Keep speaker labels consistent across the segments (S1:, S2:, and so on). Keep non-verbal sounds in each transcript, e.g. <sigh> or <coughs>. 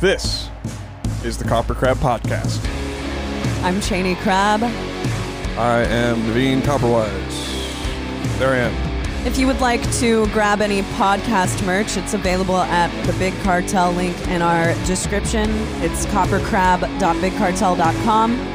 S1: This is the Copper Crab Podcast.
S2: I'm Cheney Crab.
S1: I am Naveen Copperwise. There I am.
S2: If you would like to grab any podcast merch, it's available at the Big Cartel link in our description. It's coppercrab.bigcartel.com.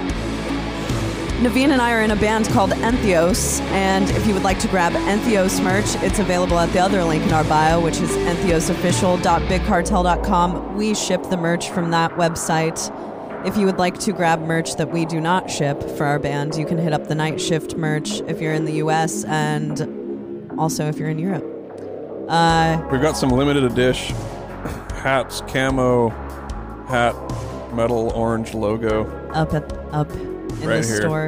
S2: Naveen and I are in a band called Entheos, and if you would like to grab Entheos merch, it's available at the other link in our bio, which is entheosofficial.bigcartel.com. We ship the merch from that website. If you would like to grab merch that we do not ship for our band, you can hit up the Night Shift merch if you're in the US and also if you're in Europe. Uh,
S1: We've got some limited edition hats, camo hat, metal orange logo.
S2: up at up in
S1: Right
S2: the
S1: here.
S2: store.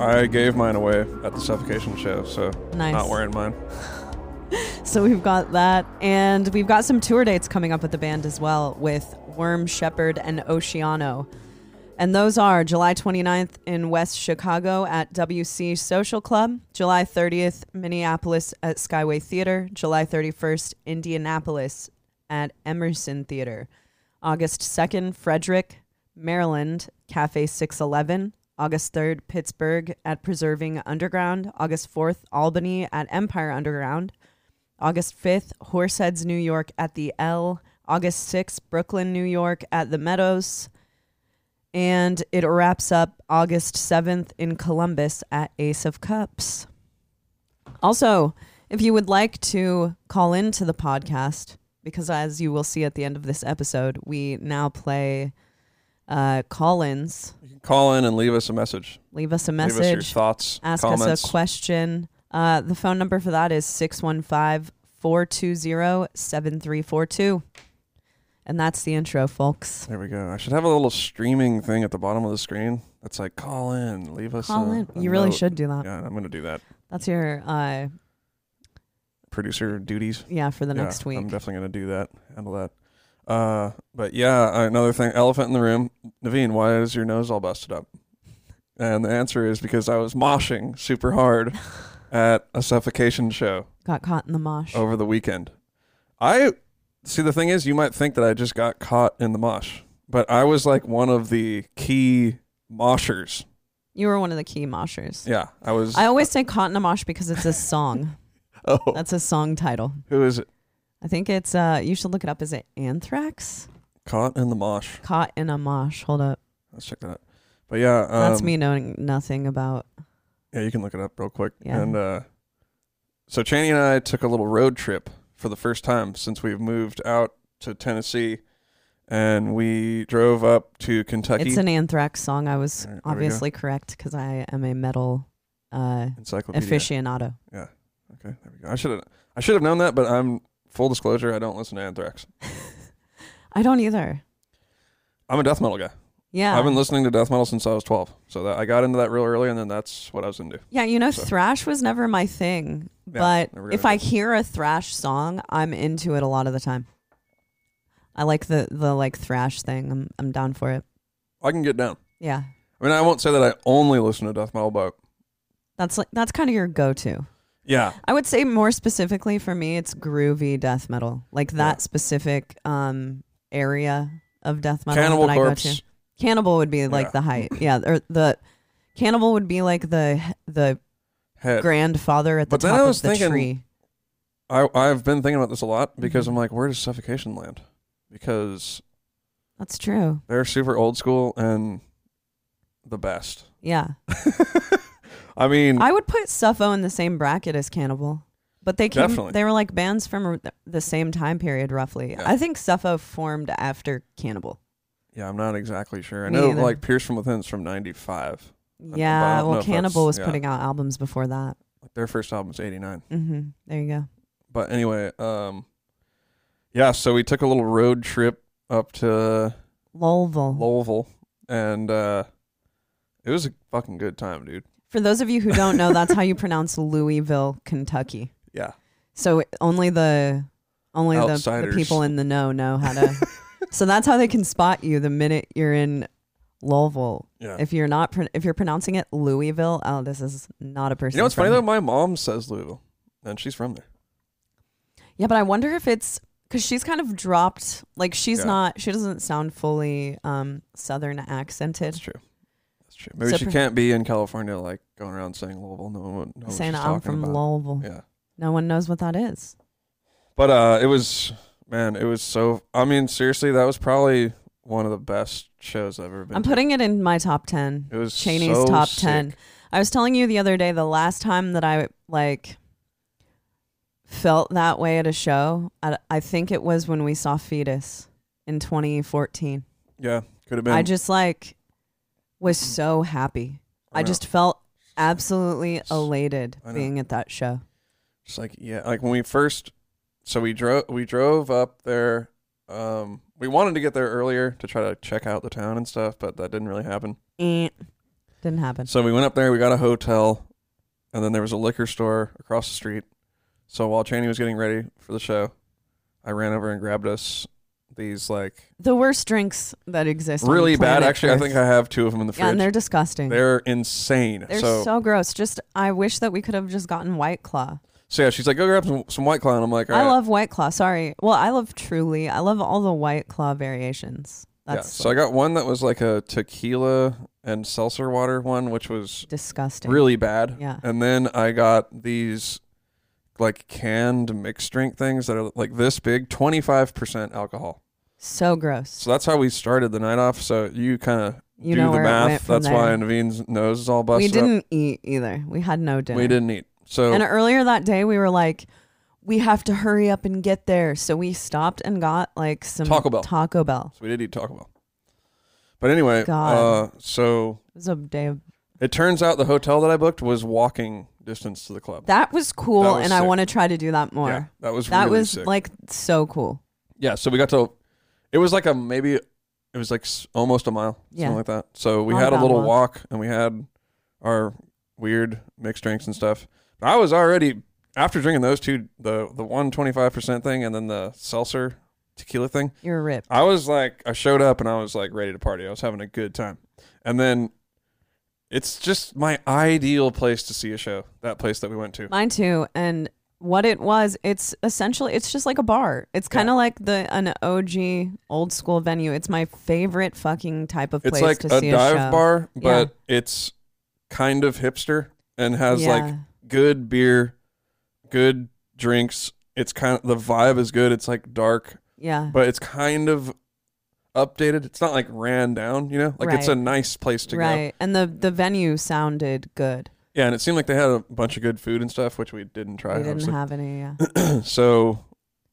S1: I gave mine away at the suffocation show, so
S2: Nice.
S1: not wearing mine.
S2: So we've got that, and we've got some tour dates coming up with the band as well with Worm Shepherd and Oceano. And those are July 29th in West Chicago at WC Social Club, July 30th, Minneapolis at Skyway Theater, July 31st, Indianapolis at Emerson Theater, August 2nd, Frederick, Maryland, Cafe 611, August 3rd, Pittsburgh at Preserving Underground, August 4th, Albany at Empire Underground, August 5th, Horseheads, New York at the L. August 6th, Brooklyn, New York at the Meadows. And it wraps up August 7th in Columbus at Ace of Cups. Also, if you would like to call into the podcast, because as you will see at the end of this episode, we now play uh, call ins.
S1: You can call in and leave us a message.
S2: Leave us a
S1: Leave us your
S2: message
S1: thoughts,
S2: ask
S1: comments.
S2: us a question. Uh, the phone number for that is 615 420 7342. And that's the intro, folks.
S1: There we go. I should have a little streaming thing at the bottom of the screen that's like call in, leave us.
S2: Call
S1: a,
S2: in.
S1: a
S2: You really
S1: note."
S2: should do that.
S1: Yeah, I'm gonna do that.
S2: That's your, uh,
S1: Producer duties.
S2: yeah, for the
S1: Yeah,
S2: next week.
S1: I'm definitely gonna do that. Handle that. Uh, but yeah, another thing. Elephant in the room. Naveen, why is your nose all busted up? And the answer is because I was moshing super
S2: <laughs>
S1: hard at a suffocation show
S2: Got caught in the mosh.
S1: over the weekend. I see. The thing is, you might think that I just got caught in the mosh, but I was like one of the key moshers.
S2: You were one of the key moshers.
S1: Yeah, I was. <laughs>
S2: I always say caught in a mosh because it's a song.
S1: oh,
S2: that's a song title.
S1: who is it?
S2: I think it's, uh, you should look it up. Is it Anthrax?
S1: Caught in the mosh.
S2: Caught in a mosh. Hold up.
S1: Let's check that out. But yeah, um,
S2: That's me knowing nothing about.
S1: Yeah, you can look it up real quick.
S2: Yeah.
S1: And uh, so Chaney and I took a little road trip for the first time since we've moved out to Tennessee, and we drove up to Kentucky.
S2: It's an Anthrax song. I was
S1: All right, there we go.
S2: obviously correct because I am a metal uh,
S1: encyclopedia.
S2: aficionado.
S1: Okay, there we go. I should have I should have known that, but I'm full disclosure. I don't listen to Anthrax.
S2: I don't either.
S1: I'm a death metal guy.
S2: Yeah,
S1: I've been listening to death metal since I was 12, so that, I got into that real early, and then that's what I was into.
S2: yeah. You know,
S1: so-
S2: thrash was never my thing,
S1: Yeah,
S2: but
S1: never
S2: if
S1: gonna
S2: I hear a thrash song, I'm into it a lot of the time. I like the the like thrash thing. I'm I'm down for it.
S1: I can get down.
S2: Yeah,
S1: I mean, I won't say that I only listen to death metal, but
S2: that's like that's kind of your go to.
S1: yeah,
S2: I would say more specifically for me, it's groovy death metal, like that
S1: Yeah.
S2: specific um area of death metal
S1: Cannibal
S2: that
S1: Corpse.
S2: I go to. Cannibal would be like
S1: Yeah.
S2: the height. Yeah, or the Cannibal would be like the the
S1: Head.
S2: grandfather at the
S1: Uh, But then
S2: top
S1: I was
S2: of the
S1: thinking-
S2: tree.
S1: I I've been thinking about this a lot because
S2: Mhm.
S1: I'm like, where does suffocation land? Because
S2: That's true.
S1: they're super old school and the best.
S2: Yeah,
S1: I mean,
S2: I would put Suffo in the same bracket as Cannibal, but they came,
S1: Definitely.
S2: they were like bands from the same time period roughly.
S1: Yeah.
S2: I think Suffo formed after Cannibal.
S1: yeah, I'm not exactly sure. I
S2: Me
S1: know
S2: either.
S1: like Pierce from Within's from '95. don't
S2: Yeah,
S1: know
S2: well,
S1: if that's-
S2: Cannibal was
S1: yeah.
S2: putting out albums before that.
S1: Like their first album's '89.
S2: hmm There you go.
S1: But anyway, um, yeah. So we took a little road trip up to
S2: Louisville.
S1: Louisville, and uh, it was a fucking good time, dude.
S2: For those of you who don't know, that's how you <laughs> pronounce Louisville, Kentucky.
S1: Yeah,
S2: So only the only the, the
S1: Outsiders.
S2: people in the know know how
S1: <laughs>
S2: to. so that's how they can spot you the minute you're in Louisville.
S1: yeah.
S2: If you're not pron- if you're pronouncing it Louisville, oh, this is not a person.
S1: You know what's funny
S2: from-
S1: though? My mom says Louisville, and she's from there.
S2: Yeah, but I wonder if it's because she's kind of dropped. Like she's
S1: Yeah.
S2: not. She doesn't sound fully um Southern accented.
S1: That's true. That's true. Maybe
S2: So
S1: she
S2: per-
S1: can't be in California, like going around saying Louisville. No one would know what
S2: saying
S1: Oh, she's
S2: I'm
S1: talking
S2: from
S1: about.
S2: Louisville.
S1: Yeah.
S2: No one knows what that is.
S1: But uh, it was, man, it was so. I mean, seriously, that was probably one of the best shows I've ever been.
S2: I'm
S1: to.
S2: putting it in my top ten.
S1: It was
S2: Cheney's
S1: so
S2: top
S1: sick.
S2: ten. I was telling you the other day the last time that I like felt that way at a show. I, I think it was when we saw Fetus in 2014.
S1: Yeah, could have been.
S2: I just like was so happy. I
S1: know.
S2: just felt absolutely elated
S1: Oh, I know.
S2: being at that show.
S1: Just like yeah, like when we first, so we drove we drove up there. Um, we wanted to get there earlier to try to check out the town and stuff, but that didn't really happen.
S2: Eh. Didn't happen.
S1: So we went up there, we got a hotel, and then there was a liquor store across the street. So while Cheney was getting ready for the show, I ran over and grabbed us these like
S2: The worst drinks that exist. on
S1: really bad.
S2: planet
S1: Actually, I
S2: Earth.
S1: think I have two of them in the
S2: yeah,
S1: fridge.
S2: and they're disgusting. They're,
S1: They're insane.
S2: so,
S1: so,
S2: gross. Just I wish that we could have just gotten White Claw.
S1: so yeah, she's like, go grab some, some White Claw. And I'm like, all
S2: I
S1: right.
S2: love White Claw. Sorry. Well, I love Truly. I love all the White Claw variations.
S1: yeah.
S2: That's
S1: So I got one that was like a tequila and seltzer water one, which was
S2: disgusting.
S1: really bad.
S2: Yeah.
S1: And then I got these like canned mixed drink things that are like this big, 25% alcohol.
S2: So gross.
S1: So that's how we started the night off. So you kind of
S2: You
S1: do
S2: know
S1: the
S2: where it went
S1: math.
S2: from
S1: That's why
S2: there.
S1: Naveen's nose is all busted
S2: We
S1: up.
S2: didn't eat either. We had no dinner.
S1: We didn't eat. So
S2: And earlier that day, we were like, we have to hurry up and get there. So we stopped and got like some
S1: Taco Bell.
S2: Taco Bell.
S1: so we did eat Taco Bell. But anyway, uh,
S2: God.
S1: so
S2: It was a day of
S1: it turns out the hotel that I booked was walking distance to the club.
S2: that was cool,
S1: That was
S2: and I
S1: sick.
S2: want to try to do that more.
S1: yeah, that was
S2: that
S1: really
S2: was
S1: sick.
S2: like so cool.
S1: yeah. So we got to. It was like a maybe. It was like s- almost a mile,
S2: Yeah.
S1: something like that. So we
S2: Not a
S1: had a
S2: bad
S1: little
S2: walk.
S1: walk, and we had our weird mixed drinks and stuff. I was already after drinking those two, the the one twenty five percent thing, and then the seltzer tequila thing.
S2: You're ripped.
S1: I was like, I showed up and I was like ready to party. I was having a good time, and then it's just my ideal place to see a show. That place that we went to.
S2: Mine too. And what it was, it's essentially it's just like a bar. It's kind of like the an OG old school venue. It's my favorite fucking type of
S1: It's
S2: place
S1: like
S2: to
S1: a
S2: see
S1: dive
S2: a show.
S1: bar, but it's kind of hipster and has like
S2: Yeah.
S1: good beer, good drinks. It's kind of the vibe is good. It's like dark,
S2: yeah.
S1: but it's kind of updated. It's not like ran down, you know? Like it's a
S2: Right.
S1: nice place to go.
S2: Right. And the the venue sounded good.
S1: Yeah, and it seemed like they had a bunch of good food and stuff, which we didn't try.
S2: we didn't
S1: obviously.
S2: have any. Yeah.
S1: <laughs> so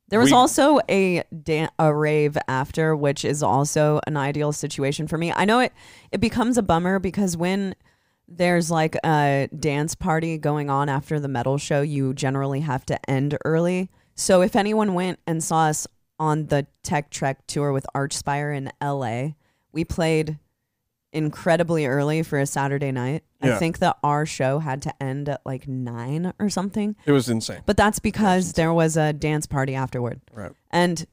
S2: There was
S1: We-
S2: also a dan- a rave after, which is also an ideal situation for me. I know it it becomes a bummer because when there's like a dance party going on after the metal show, you generally have to end early. So if anyone went and saw us on the Tech Trek tour with Archspire in LA, we played incredibly early for a Saturday night.
S1: Yeah.
S2: I think that our show had to end at like 9 or something.
S1: it was insane.
S2: But that's because there was a dance party afterward.
S1: Right.
S2: And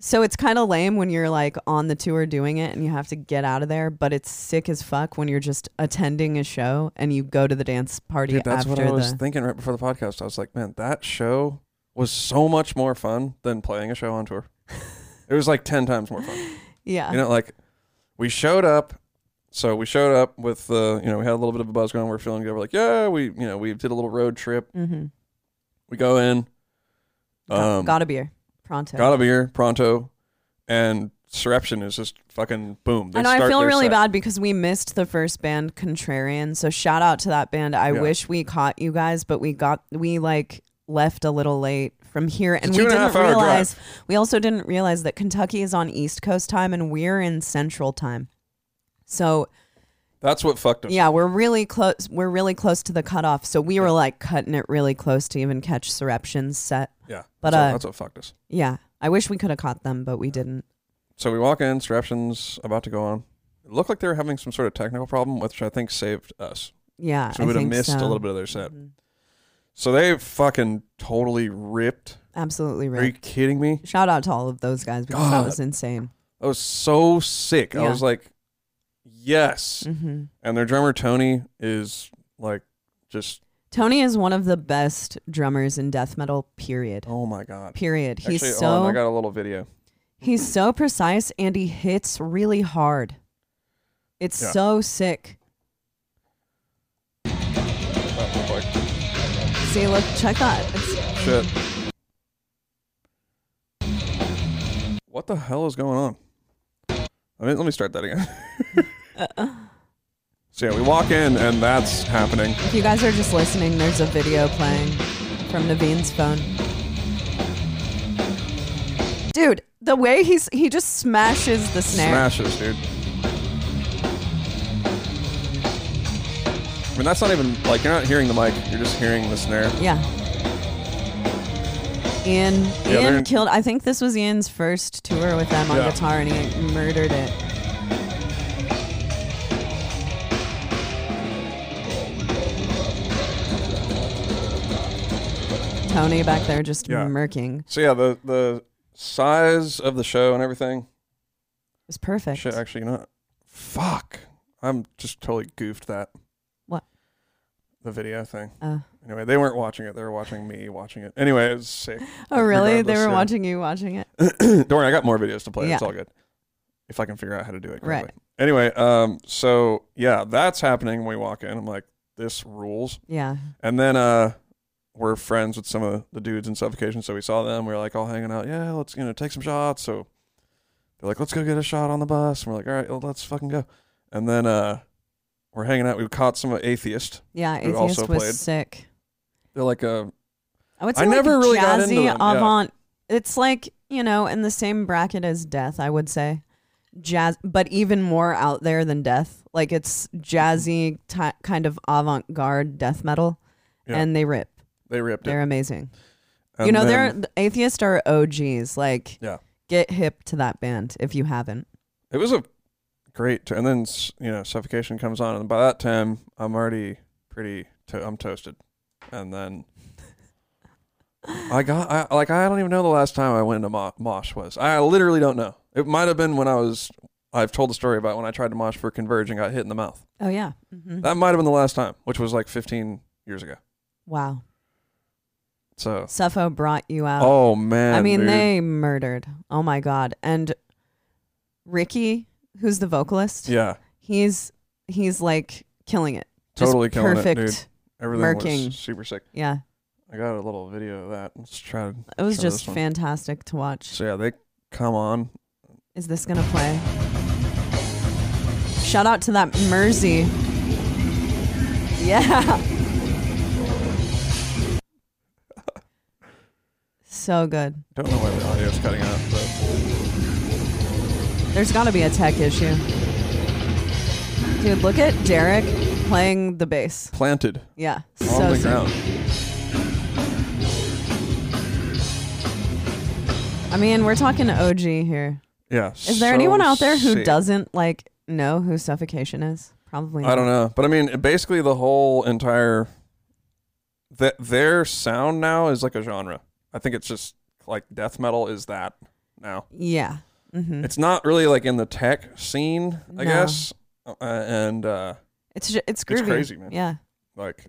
S2: so it's kind of lame when you're like on the tour doing it and you have to get out of there, but it's sick as fuck when you're just attending a show and you go to the dance party
S1: Dude, that's
S2: after
S1: what I was
S2: the
S1: thinking right before the podcast. I was like, man, that show was so much more fun than playing a show on
S2: <laughs>
S1: tour. it was like 10 times more fun.
S2: yeah.
S1: you know, like we showed up. So we showed up with the, you know, we had a little bit of a buzz going. We are feeling good. We're like, yeah, we, you know, we did a little road trip.
S2: mm-hmm.
S1: We go in, um,
S2: got a beer pronto.
S1: got a beer pronto, and Surreption is just fucking boom. They
S2: and I
S1: start
S2: feel
S1: their
S2: really
S1: set.
S2: bad because we missed the first band, Contrarian. So shout out to that band. I
S1: Yeah.
S2: wish we caught you guys, but we got we like left a little late from here, and
S1: a
S2: we
S1: two and a
S2: didn't
S1: half hour drive.
S2: realize. We also didn't realize that Kentucky is on East Coast time, and we're in Central time. So
S1: That's what fucked us.
S2: yeah, we're really close. We're really close to the cutoff. So we were like cutting it really close to even catch Surreption's set.
S1: Yeah.
S2: But,
S1: that's, what,
S2: uh,
S1: that's what fucked us.
S2: Yeah, I wish we could have caught them, but we didn't.
S1: So we walk in, Surreption's about to go on. It looked like they were having some sort of technical problem, which I think saved us.
S2: Yeah,
S1: So we
S2: I
S1: would have
S2: think
S1: missed
S2: so.
S1: a little bit of their set.
S2: Mhm.
S1: So they fucking totally ripped.
S2: Absolutely
S1: Are you
S2: right.
S1: kidding me?
S2: Shout out to all of those guys because that
S1: God.
S2: was insane.
S1: I was so sick. I
S2: Yeah.
S1: was like, yes.
S2: Mm-hmm.
S1: And their drummer Tony is like just
S2: Tony is one of the best drummers in death metal. Period.
S1: Oh my god.
S2: Period. He's
S1: Actually,
S2: so
S1: hold on, I got a little video.
S2: He's so precise and he hits really hard. It's
S1: Yeah.
S2: so sick.
S1: That looked like
S2: See, look, check that. It's,
S1: shit. What the hell is going on? I mean, let me start that
S2: <laughs>
S1: again. <laughs>
S2: Uh-uh.
S1: so yeah, we walk in and that's happening.
S2: if you guys are just listening, there's a video playing from Naveen's phone. Dude, the way he's he just smashes the snare.
S1: Smashes, dude. I mean, that's not even like you're not hearing the mic; you're just hearing the snare.
S2: Yeah. Ian,
S1: they're
S2: Ian
S1: in-
S2: killed. I think this was Ian's first tour with them on
S1: Yeah.
S2: guitar, and he murdered it. Tony back there just
S1: Yeah.
S2: murking. It
S1: So yeah, the the size of the show and everything.
S2: was perfect.
S1: Shit, actually, you know, what? fuck, I'm just totally goofed that.
S2: What?
S1: The video thing.
S2: Uh,
S1: Anyway, they weren't watching it; they were watching me watching it. Anyway, it was sick. <coughs>
S2: oh, really? They
S1: Regardless,
S2: were
S1: yeah.
S2: watching you watching it.
S1: Don't worry, I got more videos to play. It's
S2: Yeah.
S1: all good. If I can figure out how to do it
S2: Right.
S1: correctly. Anyway, um, so yeah, that's happening when we walk in. I'm like, this rules.
S2: Yeah.
S1: And then uh we're friends with some of the dudes in suffocation, so we saw them, we were like all hanging out, yeah, let's you know, take some shots. So they're like, Let's go get a shot on the bus and we're like, All right, well, let's fucking go. And then uh we're hanging out, we caught some atheist.
S2: Yeah.
S1: Who
S2: Atheist was
S1: also played.
S2: sick.
S1: They're like uh
S2: I would
S1: I
S2: say like
S1: never really got into
S2: jazzy
S1: them, yeah.
S2: avant. It's like you know in the same bracket as death. I would say jazz, but even more out there than death. Like it's jazzy ti kind of avant garde death metal,
S1: Yeah.
S2: and they rip.
S1: they ripped
S2: They're
S1: it.
S2: amazing.
S1: And
S2: you know,
S1: then
S2: they're atheists are OGs. Like
S1: Yeah.
S2: get hip to that band if you haven't.
S1: it was a great t- and then s- you know, suffocation comes on and by that time I'm already pretty to- I'm toasted. And then I got I, like I don't even know the last time I went into mo- mosh was. I literally don't know. It might have been when I was. I've told the story about when I tried to mosh for Converge and got hit in the mouth.
S2: Oh yeah. hmm
S1: That might have been the last time, which was like 15 years ago.
S2: Wow.
S1: So,
S2: Suffo brought you out.
S1: oh man,
S2: I mean,
S1: dude.
S2: they murdered. Oh my god. And Ricky, who's the vocalist?
S1: yeah,
S2: he's he's like killing it. Just
S1: totally killing
S2: perfect.
S1: it, dude. Everything
S2: Murking.
S1: was super sick.
S2: Yeah,
S1: I got a little video of that. Let's try. to-
S2: it was
S1: Try
S2: just
S1: this one.
S2: fantastic to watch.
S1: So yeah, they come on.
S2: Is this gonna play? Shout out to that Mersey. Yeah. <laughs> So good.
S1: Don't know why the audio's cutting out, but
S2: There's got to be a tech issue. Dude, look at Derek playing the bass.
S1: planted
S2: Yeah.
S1: on
S2: So
S1: the
S2: sick.
S1: ground.
S2: I mean, we're talking OG here.
S1: Yeah.
S2: Is there anyone out there who
S1: does?
S2: doesn't like know who suffocation is? Probably.
S1: I don't know, but I mean, it- basically the whole entire that their sound now is like a genre. I think it's just like death metal is that now.
S2: Yeah. hmm
S1: It's not really like in the tech scene, I
S2: No.
S1: guess. Uh, and uh,
S2: It's ju- it's groovy.
S1: it's crazy, man.
S2: Yeah.
S1: Like,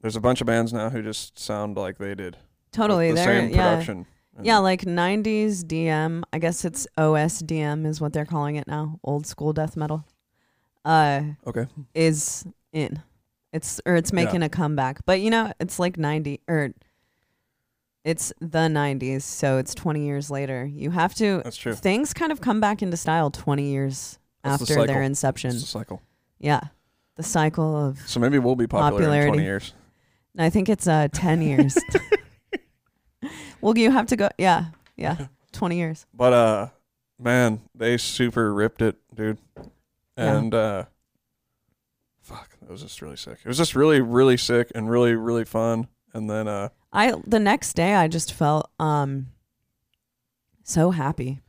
S1: there's a bunch of bands now who just sound like they did. with
S2: Totally.
S1: the
S2: They're
S1: same
S2: yeah.
S1: production. and-
S2: Yeah, like 90s DM. I guess it's OSDM is what they're calling it now. Old school death metal. Uh
S1: Okay.
S2: is in. It's or it's
S1: Yeah.
S2: making a comeback. But you know, it's like 90 or it's the 90s, so it's 20 years later. You have to
S1: That's true.
S2: things kind of come back into style 20 years
S1: That's the
S2: after their
S1: cycle.
S2: inception.
S1: It's a cycle.
S2: Yeah. The cycle of,
S1: So maybe we'll be popular in 20
S2: Popularity.
S1: years.
S2: and I think it's uh,
S1: <laughs>
S2: 10 years. <laughs> well, you have to go. Yeah. Yeah.
S1: <laughs>
S2: 20 years.
S1: But uh man, they super ripped it, dude.
S2: Yeah.
S1: And uh fuck, that was just really sick. It was just really, really sick and really, really fun. And then uh
S2: I, the next day, I just felt, um, so happy.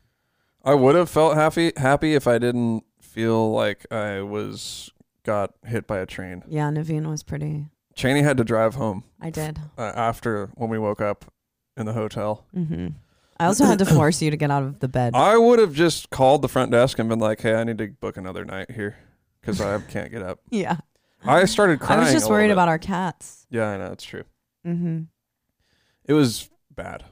S1: I would have felt happy happy if I didn't feel like I was got hit by a train.
S2: Yeah. Naveen was pretty.
S1: Cheney had to drive home
S2: I did.
S1: uh, after when we woke up in the hotel.
S2: hmm I also had to force you to get out of
S1: <coughs>
S2: the bed.
S1: I would have just called the front desk and been like, "Hey, I need to book another night here cuz I can't get up."
S2: Yeah.
S1: I started crying.
S2: I was just
S1: a little
S2: worried
S1: bit.
S2: about our cats.
S1: Yeah, I know it's true.
S2: Mm-hmm.
S1: It was bad.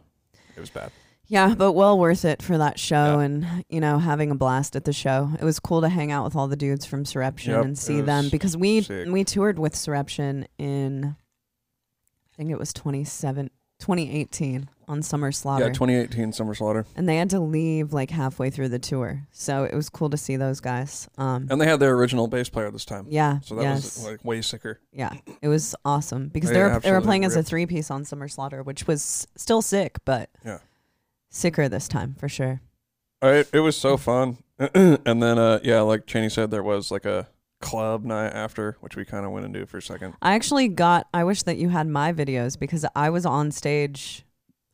S1: It was bad.
S2: Yeah, but well worth it for that
S1: Yeah.
S2: show and, you know, having a blast at the show. It was cool to hang out with all the dudes from Surreption
S1: Yep,
S2: and
S1: it
S2: see them
S1: was
S2: because we
S1: sick.
S2: we toured with Surreption in I think it was 27 2018 on Summer Slaughter.
S1: Yeah, 2018 Summer Slaughter,
S2: and they had to leave like halfway through the tour. So it was cool to see those guys. Um
S1: and they had their original bass player this time.
S2: yeah.
S1: So that
S2: yes.
S1: was like way sicker.
S2: Yeah, it was awesome because
S1: They
S2: they were they were
S1: absolutely
S2: playing as a
S1: ripped.
S2: three piece on Summer Slaughter, which was still sick, but
S1: Yeah.
S2: sicker this time for sure.
S1: I, it was so fun. <clears throat> and then, uh, yeah, like Cheney said, there was like a club night after, which we kind of went into for a second.
S2: I actually got. I wish that you had my videos because I was on stage,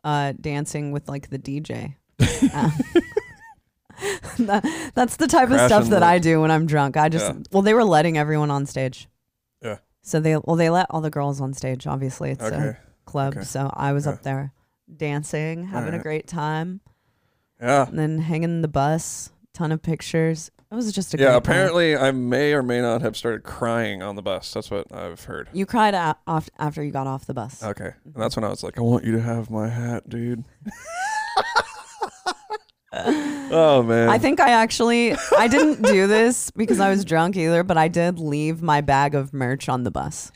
S2: uh, dancing with like the DJ. Uh, <laughs> that, that's the type of
S1: Crashing
S2: stuff that
S1: the-
S2: I do when I'm drunk. I just
S1: Yeah.
S2: well, they were letting everyone on stage.
S1: Yeah.
S2: So they well they let all the girls on stage. Obviously, it's
S1: Okay.
S2: a club,
S1: Okay.
S2: so I was
S1: Yeah.
S2: up there dancing, having a
S1: Alright.
S2: great time.
S1: Yeah.
S2: and then hanging the bus, ton of pictures. It was just a great
S1: Yeah.
S2: night.
S1: Apparently, I may or may not have started crying on the bus. That's what I've heard.
S2: you cried a- off after you got off the bus.
S1: Okay. And that's when I was like, I want you to have my hat,
S2: <laughs>
S1: dude. oh, man.
S2: I think I actually I didn't do this because I was drunk either, but I did leave my bag of merch on the bus.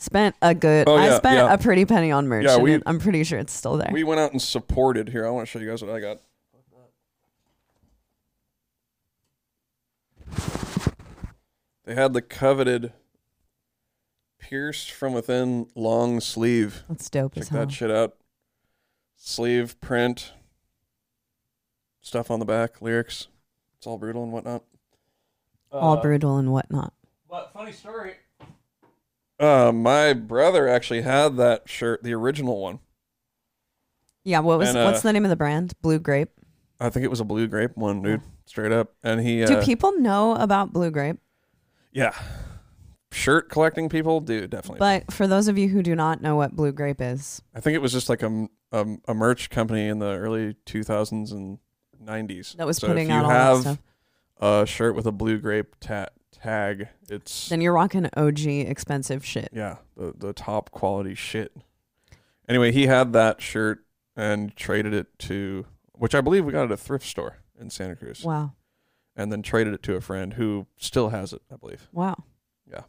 S2: Spent a good
S1: Oh,
S2: I
S1: yeah,
S2: spent
S1: yeah.
S2: a pretty penny on merch.
S1: Yeah,
S2: and
S1: we-
S2: it- I'm pretty sure it's still there.
S1: we went out and supported here. I want to show you guys what I got. They had the coveted pierced from within long sleeve.
S2: That's dope
S1: Check
S2: as hell.
S1: that shit out. Sleeve print, stuff on the back, lyrics. It's all brutal and whatnot.
S2: All brutal and whatnot.
S1: Uh, But funny story. Uh, my brother actually had that shirt, the original one.
S2: Yeah, what was
S1: and, uh,
S2: what's the name of the brand? Blue Grape.
S1: I think it was a blue grape one, dude.
S2: Oh.
S1: Straight up, and he. Uh,
S2: Do people know about Blue Grape?
S1: Yeah. Shirt collecting people do definitely.
S2: But for those of you who do not know what Blue Grape is,
S1: I think it was just like a, m- a m- a merch company in the early 2000s and 90s.
S2: that was
S1: So
S2: putting
S1: if
S2: out
S1: you
S2: all
S1: have
S2: that stuff.
S1: a shirt with a blue grape ta- tag, it's
S2: then you're rocking OG expensive shit.
S1: yeah, the, the top quality shit. Anyway, he had that shirt and traded it to which I believe we got at a thrift store in Santa Cruz
S2: Wow.
S1: and then traded it to a friend who still has it, I believe.
S2: Wow.
S1: Yeah.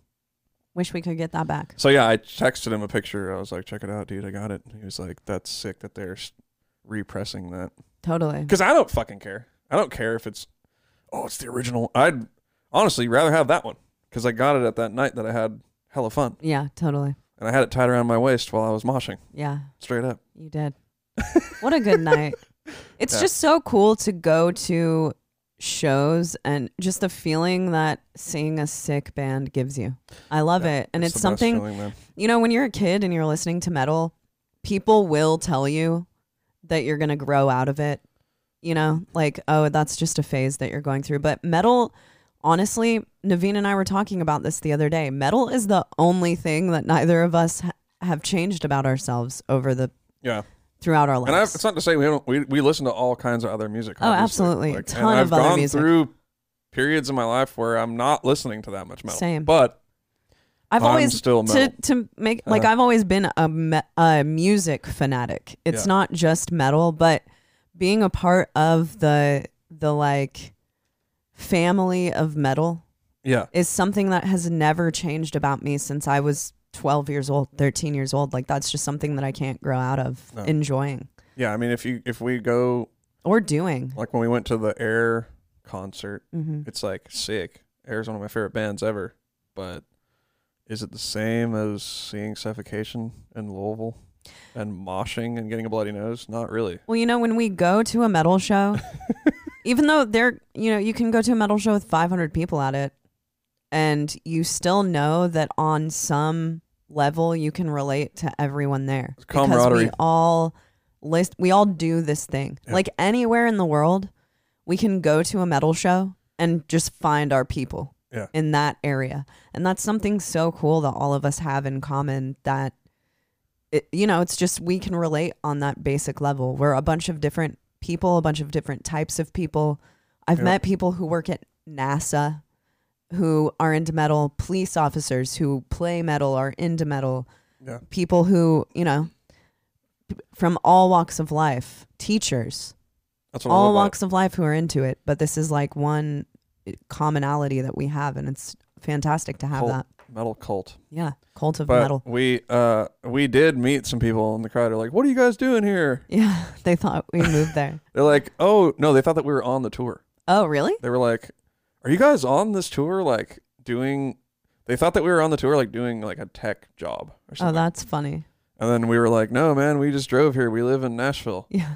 S2: Wish we could get that back.
S1: So yeah, I texted him a picture. I was like, "Check it out, dude. I got it." He was like, "That's sick that they're s- repressing that."
S2: Totally.
S1: Because I don't fucking care. I don't care if it's oh, it's the original. I'd honestly rather have that one because I got it at that night that I had hella fun,
S2: Yeah, totally.
S1: and I had it tied around my waist while I was moshing,
S2: Yeah,
S1: straight up.
S2: you did. <laughs> What a good
S1: <laughs>
S2: night. It's
S1: Yeah.
S2: just so cool to go to shows and just the feeling that seeing a sick band gives you. I love
S1: Yeah,
S2: it. And it's,
S1: the best
S2: something,
S1: feeling, man.
S2: you know, when you're a kid and you're listening to metal, people will tell you that you're going to grow out of it. You know, like, oh, that's just a phase that you're going through. But metal, honestly, Naveen and I were talking about this the other day. Metal is the only thing that neither of us ha- have changed about ourselves over the
S1: Yeah,
S2: throughout our
S1: and I,
S2: lives.
S1: it's not to say we don't we, we listen to all kinds of other music.
S2: Oh,
S1: obviously.
S2: absolutely.
S1: and
S2: Ton of
S1: I've
S2: other
S1: gone
S2: music.
S1: through periods in my life where I'm not listening to that much metal.
S2: Same.
S1: but
S2: I've
S1: I'm
S2: always
S1: still
S2: to
S1: metal.
S2: to make like
S1: Uh-huh.
S2: I've always been a me- a music fanatic. It's
S1: Yeah.
S2: not just metal, but being a part of the the like family of metal
S1: yeah,
S2: is something that has never changed about me since I was 12 years old, 13 years old. Like that's just something that I can't grow out of
S1: No.
S2: enjoying
S1: yeah. I mean, if you if we go
S2: or doing.
S1: like when we went to the Air concert,
S2: hmm
S1: it's like sick. Air's one of my favorite bands ever, but is it the same as seeing Suffocation in Louisville and moshing and getting a bloody nose? Not really.
S2: Well, you know, when we go to a metal
S1: <laughs>
S2: show, even though they're, you know, you can go to a metal show with 500 people at it, and you still know that on some level you can relate to everyone there.
S1: It's
S2: Because we
S1: camaraderie.
S2: all list, we all do this thing.
S1: Yeah.
S2: Like anywhere in the world, we can go to a metal show and just find our people
S1: Yeah.
S2: in that area. And that's something so cool that all of us have in common that it, you know, it's just we can relate on that basic level. We're a bunch of different people, a bunch of different types of people. I've
S1: Yeah.
S2: met people who work at NASA who are into metal, police officers who play metal are into metal,
S1: Yeah.
S2: people who, you know, p- from all walks of life, teachers,
S1: That's what
S2: all
S1: I'm
S2: walks of life who are into it. But this is like one eh, commonality that we have, and it's fantastic to have
S1: Cult.
S2: that.
S1: metal cult.
S2: Yeah, cult of
S1: But
S2: metal.
S1: we uh we did meet some people in the crowd. Are like, what are you guys doing here?
S2: Yeah, <laughs> they thought we moved
S1: <laughs>
S2: there.
S1: They're like, oh no, they thought that we were on the tour.
S2: oh, really?
S1: They were like, are you guys on this tour? Like doing. They thought that we were on the tour, like doing like a tech job or
S2: Oh,
S1: something. <laughs>
S2: that's funny.
S1: and then we were like, no, man, we just drove here. We live in Nashville.
S2: Yeah.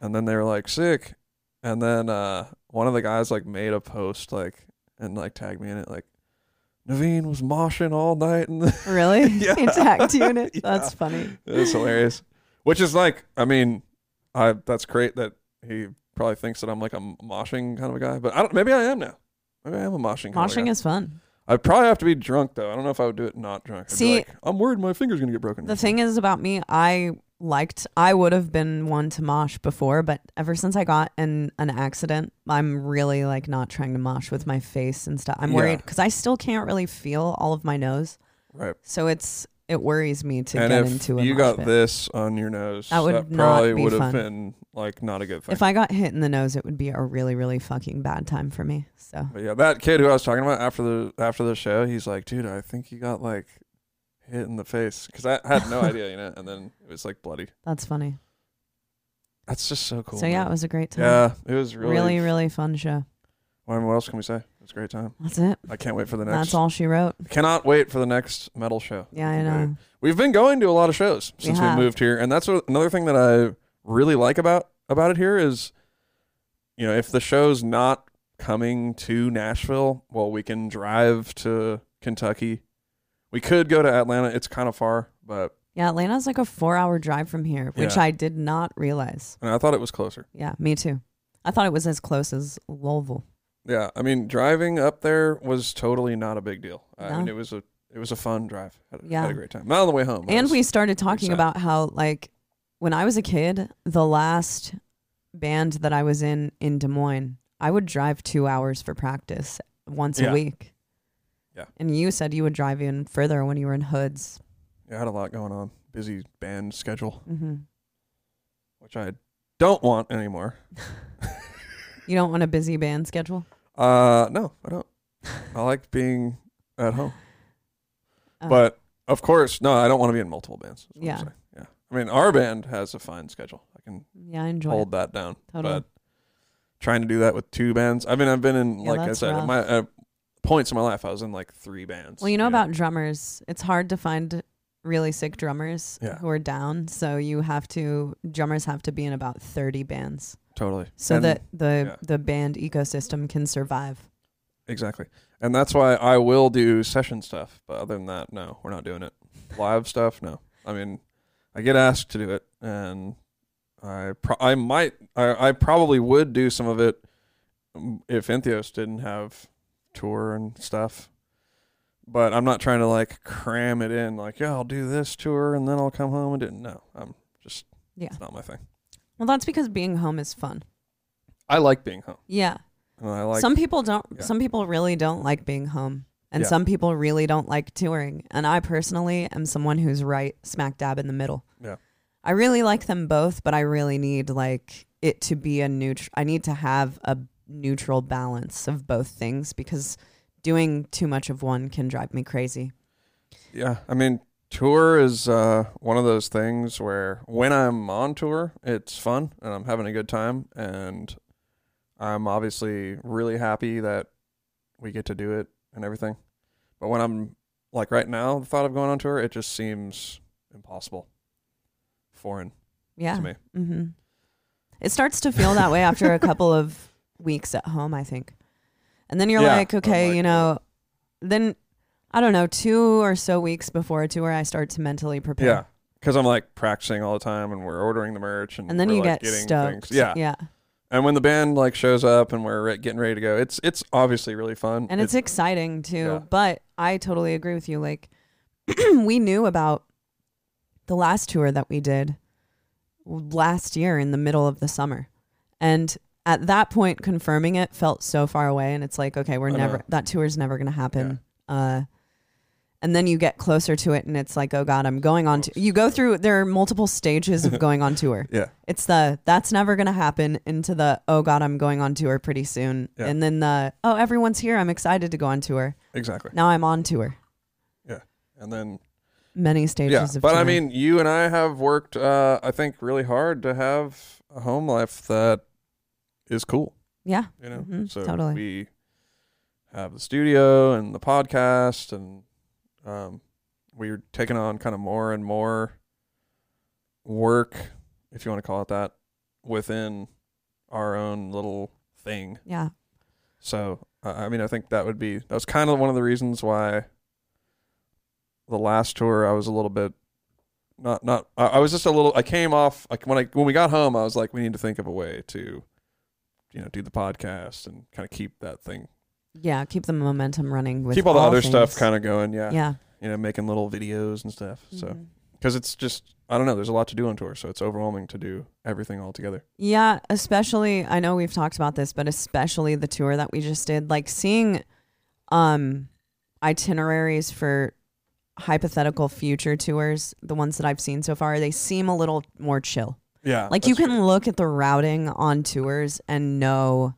S1: and then they were like sick and then uh one of the guys like made a post like and like tagged me in it like Naveen was moshing all night and <laughs> it
S2: Really?
S1: Yeah. <laughs>
S2: Intact unit.
S1: Yeah.
S2: That's funny.
S1: was hilarious which is like I mean I that's great that he probably thinks that I'm like a m- moshing kind of a guy but I don't maybe I am now maybe I am a moshing kind of
S2: Moshing
S1: guy.
S2: is fun.
S1: I'd probably have to be drunk though I don't know if I would do it not drunk I'd be
S2: See-
S1: like, I'm worried my finger's gonna get broken
S2: The thing is about me, I liked, I would have been one to mosh before, but ever since I got in an accident, I'm really like not trying to mosh with my face and stuff. I'm
S1: Yeah.
S2: worried because I still can't really feel all of my nose.
S1: right
S2: So it's, it worries me to
S1: and
S2: get
S1: if
S2: into a
S1: you
S2: mosh
S1: got
S2: pit.
S1: this on your nose
S2: That would not
S1: probably
S2: be
S1: would have
S2: fun.
S1: been like not a good thing
S2: If I got hit in the nose, it would be a really, really fucking bad time for me. So
S1: But yeah, that kid who I was talking about after the after the show, he's like, dude, I think he got like hit in the face because I had no idea, you know. And then it was like bloody.
S2: that's funny.
S1: That's just so cool.
S2: so yeah,
S1: man.
S2: it was a great time.
S1: yeah, it was really,
S2: really, really fun show.
S1: I mean, what else can we say? It was a great time.
S2: That's it.
S1: I can't wait for the next.
S2: That's all she wrote.
S1: Cannot wait for the next metal show.
S2: Yeah,
S1: It's
S2: I
S1: gonna be-
S2: know.
S1: We've been going to a lot of shows
S2: We
S1: since we,
S2: have.
S1: moved here, and that's what, another thing that I really like about about it here is, you know, if the show's not coming to Nashville, well, we can drive to Kentucky. We could go to Atlanta. It's kind of far, but
S2: Yeah, Atlanta's like a four hour drive from here, which
S1: Yeah.
S2: I did not realize.
S1: and I thought it was closer.
S2: Yeah, me too. I thought it was as close as Louisville.
S1: Yeah, I mean, driving up there was totally not a big deal. I
S2: No.
S1: mean, it was a it was a fun drive. Had, a- had
S2: Yeah.
S1: a great time. Not on the way home. I
S2: And
S1: was-
S2: we started talking
S1: sad.
S2: about how, like, when I was a kid, the last band that I was in in Des Moines, I would drive two hours for practice once
S1: Yeah.
S2: a week.
S1: Yeah.
S2: And you said you would drive even further when you were in hoods.
S1: yeah, had a lot going on. Busy band schedule,
S2: hmm
S1: which I don't want anymore.
S2: You don't want a busy band schedule?
S1: Uh, no, I don't. I like being at home,
S2: Uh,
S1: but of course, no, I don't want to be in multiple bands. is what I'm
S2: Yeah.
S1: saying. yeah. I mean, our band has a fine schedule. I can
S2: yeah, I enjoy it.
S1: hold that down.
S2: Totally.
S1: But trying to do that with two bands, I mean, I've been in
S2: Yeah,
S1: like I
S2: that's
S1: said, in
S2: rough.
S1: my uh, points in my life, I was in like three bands.
S2: Well, you know about drummers, it's hard to find really sick drummers
S1: Yeah.
S2: who are down. So you have to drummers have to be in about thirty bands
S1: totally.
S2: so
S1: And-
S2: that the
S1: yeah.
S2: the band ecosystem can survive.
S1: exactly, and that's why I will do session stuff. But other than that, no, we're not doing it. Live stuff, no. I mean, I get asked to do it, and I pro- I might I, I probably would do some of it um, if Entheos didn't have tour and stuff. But I'm not trying to like cram it in like yeah I'll do this tour and then I'll come home and do no I'm just
S2: Yeah.
S1: it's not my thing.
S2: Well, that's because being home is fun.
S1: I like being home.
S2: Yeah.
S1: And I like
S2: some people don't.
S1: yeah.
S2: Some people really don't like being home, and
S1: Yeah.
S2: some people really don't like touring. And I personally am someone who's right smack dab in the middle.
S1: Yeah.
S2: I really like them both, but I really need like it to be a neutral. I need to have a neutral balance of both things because doing too much of one can drive me crazy.
S1: Yeah, I mean, tour is uh, one of those things where when I'm on tour, it's fun and I'm having a good time, and I'm obviously really happy that we get to do it and everything. But when I'm like right now, the thought of going on tour, it just seems impossible, foreign
S2: Yeah.
S1: to me.
S2: Mm-hmm. It starts to feel that way after
S1: <laughs>
S2: a couple of weeks at home, I think. And then you're
S1: Yeah,
S2: like,
S1: I'm
S2: okay,
S1: like,
S2: you know, then I don't know, two or so weeks before a tour, I start to mentally prepare.
S1: Yeah, because I'm like practicing all the time, and we're ordering the merch, and
S2: And then
S1: we're,
S2: you
S1: like,
S2: get
S1: getting
S2: stoked.
S1: Things. Yeah,
S2: Yeah.
S1: and when the band like shows up and we're re- getting ready to go, it's it's obviously really fun.
S2: And it's, exciting too.
S1: Yeah.
S2: But I totally agree with you. Like, <clears throat> we knew about the last tour that we did last year in the middle of the summer. And At that point, confirming it felt so far away, and it's like, okay, we're
S1: I know.
S2: never that tour is never going to happen. Uh, and then you get closer to it, and it's like, oh god, I'm going on. To- you go through there are multiple stages
S1: <laughs>
S2: of going on tour.
S1: Yeah.
S2: It's the that's never going to happen into the oh god, I'm going on tour pretty soon,
S1: Yeah.
S2: and then the oh everyone's here, I'm excited to go on tour.
S1: Exactly.
S2: Now I'm on tour.
S1: And then
S2: Many stages
S1: yeah,
S2: of
S1: but I
S2: touring.
S1: mean, you and I have worked, uh, I think, really hard to have a home life that is cool.
S2: yeah,
S1: You know,
S2: Mhm,
S1: so
S2: totally.
S1: we have the studio and the podcast, and um, we're taking on kind of more and more work, if you want to call it that, within our own little thing.
S2: yeah,
S1: So uh, I mean, I think that would be that was kind of one of the reasons why the last tour I was a little bit not not I, I was just a little I came off like when I when we got home I was like we need to think of a way to you know do the podcast and kind of keep that thing
S2: yeah. Keep the momentum running with
S1: keep all the other stuff
S2: things.
S1: kind of going yeah,
S2: yeah.
S1: you know making little videos and stuff so
S2: Mhm.
S1: because it's just I don't know there's a lot to do on tour so it's overwhelming to do everything all together
S2: Yeah, especially I know we've talked about this, but especially the tour that we just did, like seeing um itineraries for hypothetical future tours, the ones that I've seen so far, they seem a little more chill.
S1: yeah
S2: Like you
S1: that's
S2: can look at the routing on tours and know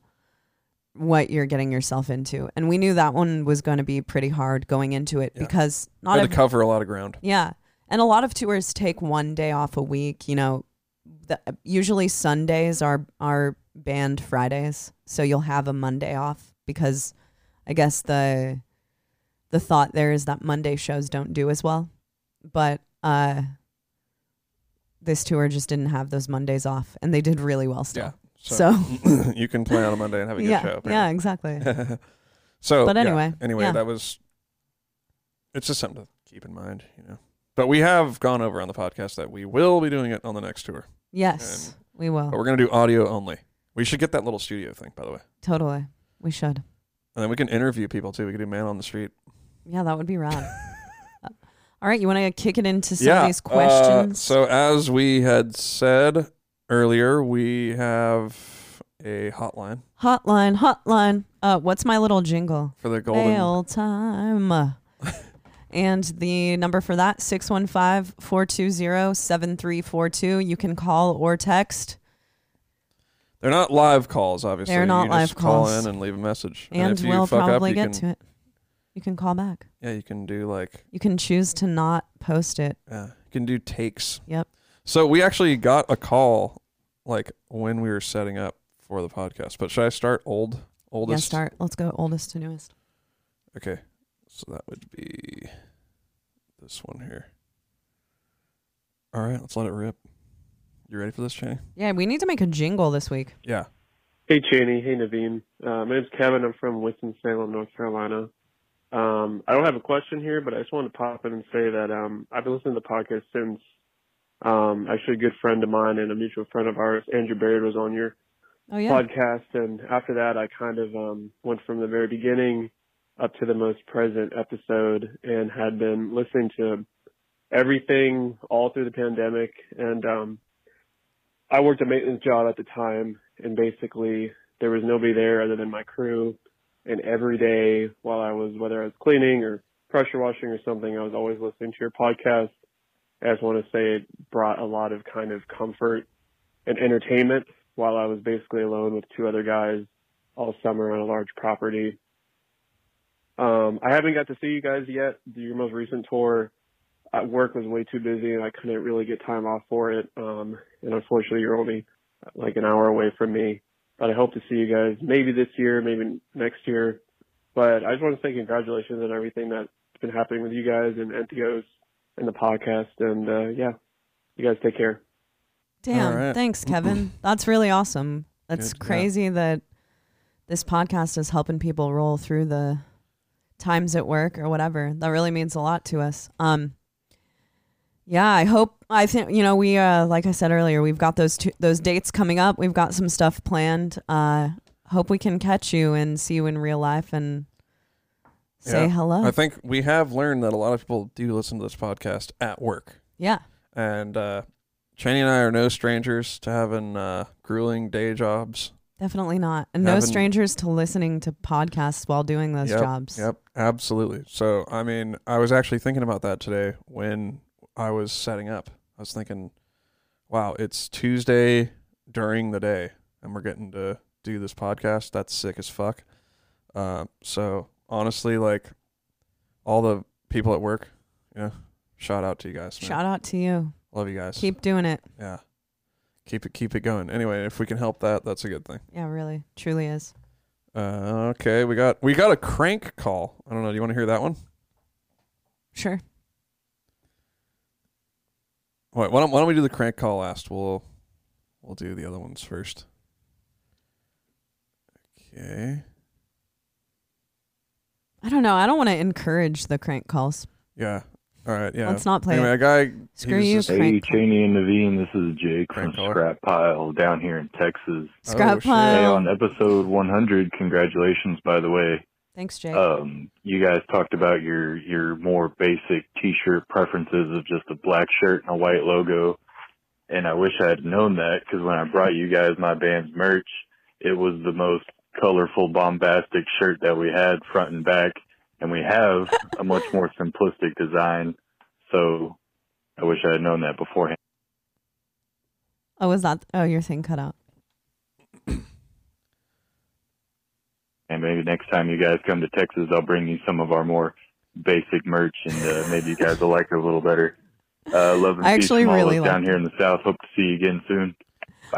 S2: what you're getting yourself into. And we knew that one was going to be pretty hard going into it
S1: Yeah.
S2: because
S1: true.
S2: not
S1: had
S2: every
S1: to cover a lot of ground
S2: yeah. And a lot of tours take one day off a week, you know. The, usually Sundays are are banned Fridays, so you'll have a Monday off because I guess the the thought there is that Monday shows don't do as well. But uh this tour just didn't have those Mondays off and they did really well still.
S1: yeah so,
S2: So,
S1: <laughs> you can play on a Monday and have a good
S2: yeah,
S1: show apparently. <laughs>
S2: yeah, exactly.
S1: so
S2: But
S1: yeah.
S2: anyway,
S1: anyway
S2: yeah.
S1: that was it's just something to keep in mind you know but we have gone over on the podcast that we will be doing it on the next tour
S2: yes, we will.
S1: but we're going to do audio only we should get that little studio thing by the way
S2: Totally. We should.
S1: and then we can interview people too we can do man on the street
S2: Yeah, that would
S1: <laughs>
S2: be rad. Uh, All right, you want to kick it into some
S1: yeah
S2: of these
S1: uh,
S2: questions?
S1: so as we had said earlier we have a hotline
S2: hotline, hotline. Uh, what's my little jingle?
S1: for the golden <laughs>
S2: Mail time. and the number for that 615-420-7342. You can call or text.
S1: they're not live calls obviously
S2: They're not
S1: you just
S2: live
S1: call
S2: calls.
S1: in and leave a message
S2: And,
S1: if you
S2: we'll
S1: fuck
S2: probably
S1: up, you
S2: get
S1: can,
S2: to it. You can call back.
S1: yeah you can do like
S2: You can choose to not post it.
S1: Yeah, you can do takes.
S2: Yep.
S1: So we actually got a call like when we were setting up for the podcast. But should I start old
S2: Yeah,
S1: oldest?
S2: start. Let's go oldest to newest.
S1: Okay. So that would be this one here. All right, let's let it rip. You ready for this, Channing?
S2: Yeah, we need to make a jingle this week.
S1: Yeah.
S3: Hey Cheney, hey Naveen. Uh, my name's Kevin. I'm from Winston Salem, North Carolina. Um, I don't have a question here, but I just wanted to pop in and say that um, I've been listening to the podcast since. Um, actually, a good friend of mine and a mutual friend of ours, Andrew Baird, was on your
S2: Oh yeah.
S3: podcast, and after that, I kind of um, went from the very beginning up to the most present episode, and had been listening to everything all through the pandemic. And um, I worked a maintenance job at the time, and basically there was nobody there other than my crew. And every day while I was, whether I was cleaning or pressure washing or something, I was always listening to your podcast. I just want to say it brought a lot of kind of comfort and entertainment while I was basically alone with two other guys all summer on a large property. Um, I haven't got to see you guys yet. Your most recent tour at work was way too busy and I couldn't really get time off for it. Um, and unfortunately you're only like an hour away from me, but I hope to see you guys maybe this year, maybe next year. But I just want to say congratulations on everything that's been happening with you guys and NTOs and the podcast. And, uh, yeah, you guys take care.
S2: Damn.
S1: All right. <clears throat>
S2: Thanks, Kevin. That's really awesome. That's
S1: Good, yeah.
S2: crazy that this podcast is helping people roll through the times at work or whatever. That really means a lot to us. Um yeah, I hope I think you know we uh like I said earlier, we've got those two, those dates coming up. We've got some stuff planned. Uh hope we can catch you and see you in real life and say
S1: Yeah.
S2: hello.
S1: I think we have learned that a lot of people do listen to this podcast at work.
S2: yeah.
S1: And uh Chaney and I are no strangers to having uh, grueling day jobs
S2: Definitely not. And no
S1: Haven't-
S2: strangers to listening to podcasts while doing those
S1: Yep,
S2: jobs.
S1: Yep, absolutely. So, I mean, I was actually thinking about that today when I was setting up. I was thinking, wow, it's Tuesday during the day, and we're getting to do this podcast. That's sick as fuck. Uh, so, honestly, like all the people at work, you know, shout out to you guys. Man.
S2: Shout out to you.
S1: Love you guys.
S2: Keep doing it.
S1: yeah. Keep it keep it going. Anyway, if we can help that, that's a good thing.
S2: Yeah, really. Truly is.
S1: Uh, okay, we got we got a crank call. I don't know. Do you want to hear that one?
S2: Sure.
S1: Wait, why don't why don't we do the crank call last? We'll we'll do the other ones first. Okay.
S2: I don't know. I don't want to encourage the crank calls.
S1: Yeah. All right. Yeah.
S2: Let's not play
S1: anyway, a guy.
S2: Screw
S1: he's
S2: you,
S1: just-
S2: Crank
S4: Hey,
S2: call.
S4: Cheney and Naveen, this is Jake
S1: Crank
S4: from
S1: caller.
S4: Scrap Pile down here in Texas.
S1: Oh,
S2: Scrap
S1: shit.
S4: Hey,
S2: pile.
S4: on episode 100, congratulations, by the way.
S2: Thanks, Jake.
S1: Oh.
S4: Um, you guys talked about your, your more basic t-shirt preferences of just a black shirt and a white logo. And I wish I had known that because when I brought you guys my band's merch, it was the most colorful, bombastic shirt that we had front and back. And we have a much more simplistic design. So I wish I had known that beforehand.
S2: oh, was that? Oh, your thing cut out.
S4: And maybe next time you guys come to Texas, I'll bring you some of our more basic merch, and uh, maybe you guys will like it a little better. Uh, love and
S2: I
S4: peace
S2: actually
S4: from all of us
S2: really like
S4: down here in the South. Hope to see you again soon.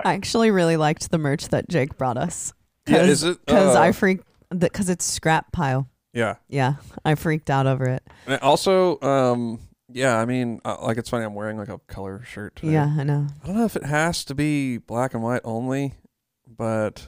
S2: I actually really liked the merch that Jake brought us.
S1: Yeah, is it?
S2: Because
S1: uh,
S2: I freaked. Because it's scrap pile.
S1: Yeah.
S2: Yeah, I freaked out over it.
S1: And also, um, yeah. I mean, uh, like it's funny. I'm wearing like a color shirt. Today.
S2: Yeah, I know.
S1: I don't know if it has to be black and white only, but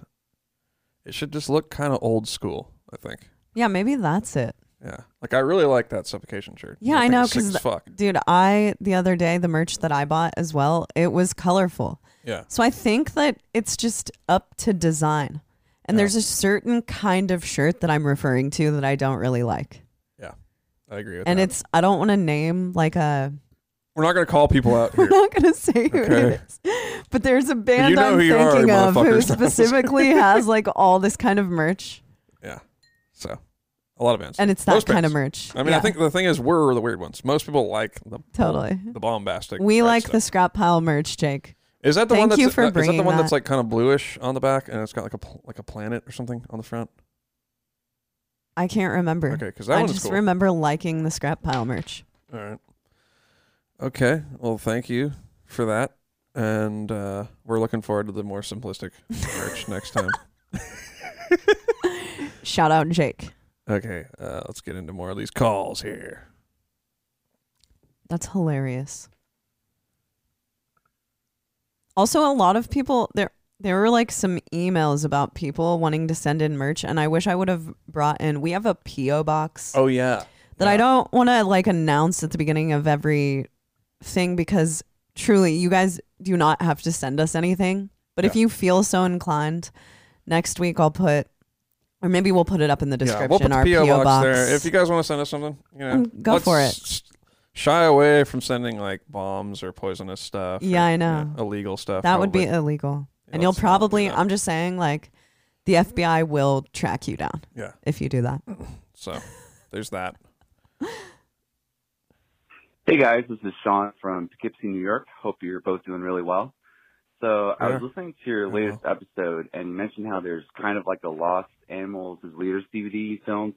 S1: it should just look kind of old school. I think.
S2: Yeah, maybe that's it.
S1: Yeah. Like I really like that suffocation shirt.
S2: Yeah, I
S1: think
S2: know,
S1: it's sick
S2: 'cause
S1: as fuck.
S2: Dude, I the other day the merch that I bought as well, it was colorful.
S1: Yeah.
S2: So I think that it's just up to design. And
S1: Yeah.
S2: there's a certain kind of shirt that I'm referring to that I don't really like.
S1: I agree with
S2: and
S1: that.
S2: it's I don't want to name like a <laughs>
S1: We're not gonna call people out here.
S2: I'm not going to say who
S1: Okay.
S2: it is. But there's a band
S1: know
S2: I'm
S1: who you are,
S2: thinking of who
S1: motherfuckers. <laughs>
S2: specifically has like all this kind of merch
S1: so, a lot of bands.
S2: and it's that
S1: Most
S2: kind
S1: bands.
S2: of merch.
S1: I mean, I
S2: Yeah,
S1: think the thing is, we're the weird ones. Most people like the
S2: totally.
S1: the bombastic.
S2: We
S1: type
S2: like the
S1: stuff.
S2: scrap pile merch, Jake.
S1: Is that the one
S2: thank
S1: that's
S2: you for
S1: uh, is that the
S2: bringing
S1: one that's
S2: that.
S1: like kind of bluish on the back and it's got like a pl- like a planet or something on the front?
S2: I can't remember.
S1: Okay, because that
S2: I
S1: one's
S2: just
S1: cool.
S2: remember liking the scrap pile merch.
S1: All right. Okay. Well, thank you for that, and uh, we're looking forward to the more simplistic
S2: <laughs>
S1: merch next time.
S2: Shout out Jake.
S1: Okay. Uh, let's get into more of these calls here.
S2: That's hilarious. Also, a lot of people there there were like some emails about people wanting to send in merch, and I wish I would have brought in. We have a PO box
S1: Oh yeah.
S2: that I don't want to like announce at the beginning of every thing because truly, you guys do not have to send us anything. But if
S1: Yeah.
S2: you feel so inclined, next week I'll put, or maybe we'll put it up in the description.
S1: Yeah, we'll put the
S2: our
S1: PO, box,
S2: box
S1: there. If you guys want to send us something, you know,
S2: Um, go for it.
S1: s- Shy away from sending like bombs or poisonous stuff. or,
S2: Yeah, I
S1: you
S2: know.
S1: illegal stuff.
S2: That would be
S1: probably.
S2: illegal.
S1: Yeah,
S2: and you'll
S1: let's not do
S2: probably,
S1: that.
S2: I'm just saying, like, the FBI will track you down
S1: yeah.
S2: if you do that. <laughs>
S1: So there's that.
S5: Hey guys, this is Sean from Poughkeepsie, New York. Hope you're both doing really well. So I was
S1: Yeah.
S5: listening to your
S1: Yeah.
S5: latest episode and you mentioned how there's kind of like a lost animals as leaders DVD film.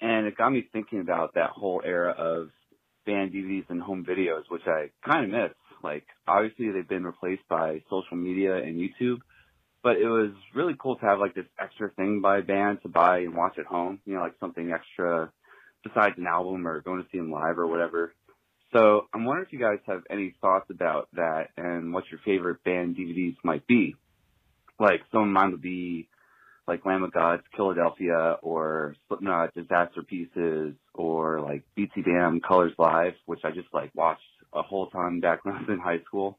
S5: And it got me thinking about that whole era of band DVDs and home videos, which I kind of miss. Like obviously they've been replaced by social media and YouTube, but it was really cool to have like this extra thing by a band to buy and watch at home, you know, like something extra besides an album or going to see them live or whatever. So I'm wondering if you guys have any thoughts about that and what your favorite band DVDs might be. Like some of mine would be like Lamb of God's Philadelphia or Slipknot Disaster Pieces or like BT Dam Colors Live, which I just like watched a whole ton back when I was in high school.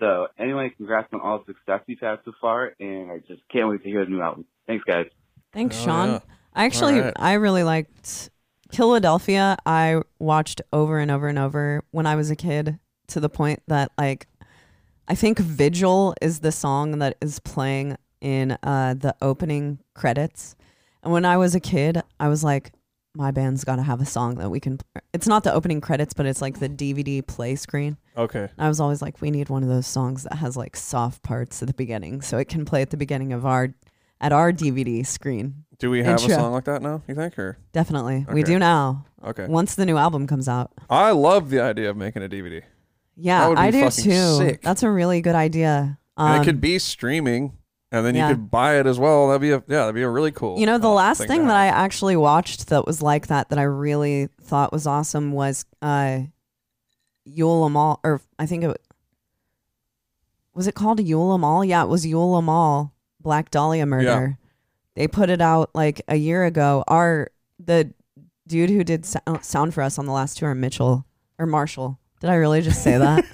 S5: So anyway, congrats on all the success you've had so far and I just can't wait to hear the new album. Thanks guys.
S2: Thanks,
S1: Oh,
S2: Sean.
S1: yeah.
S2: I actually,
S1: right.
S2: I really liked Philadelphia. I watched over and over and over when I was a kid to the point that, like, I think Vigil is the song that is playing in uh, the opening credits. And when I was a kid, I was like, my band's got to have a song that we can. It's not the opening credits, but it's like the DVD play screen.
S1: Okay.
S2: I was always like, we need one of those songs that has like soft parts at the beginning, so it can play at the beginning of our at our DVD screen.
S1: Do we have
S2: Intro.
S1: a song like that now? You think or
S2: Definitely, we
S1: Okay.
S2: do now.
S1: okay?
S2: Once the new album comes out,
S1: I love the idea of making a DVD.
S2: yeah,
S1: That would be
S2: I do
S1: fucking
S2: too.
S1: sick.
S2: That's a really good idea. Um,
S1: and it could be streaming, and then
S2: yeah.
S1: you could buy it as well. That'd be a yeah, that'd be a really cool.
S2: You know, the
S1: uh,
S2: last thing,
S1: to
S2: that I
S1: have.
S2: actually watched that was like that that I really thought was awesome was uh Yule Amal or I think it wa- was it called Yule Amal? Yeah, it was Yule Amal Black Dahlia Murder. They put it out like a year ago. Our the dude who did sound, sound for us on the last tour, Mitchell or Marshall. Did I really just say that?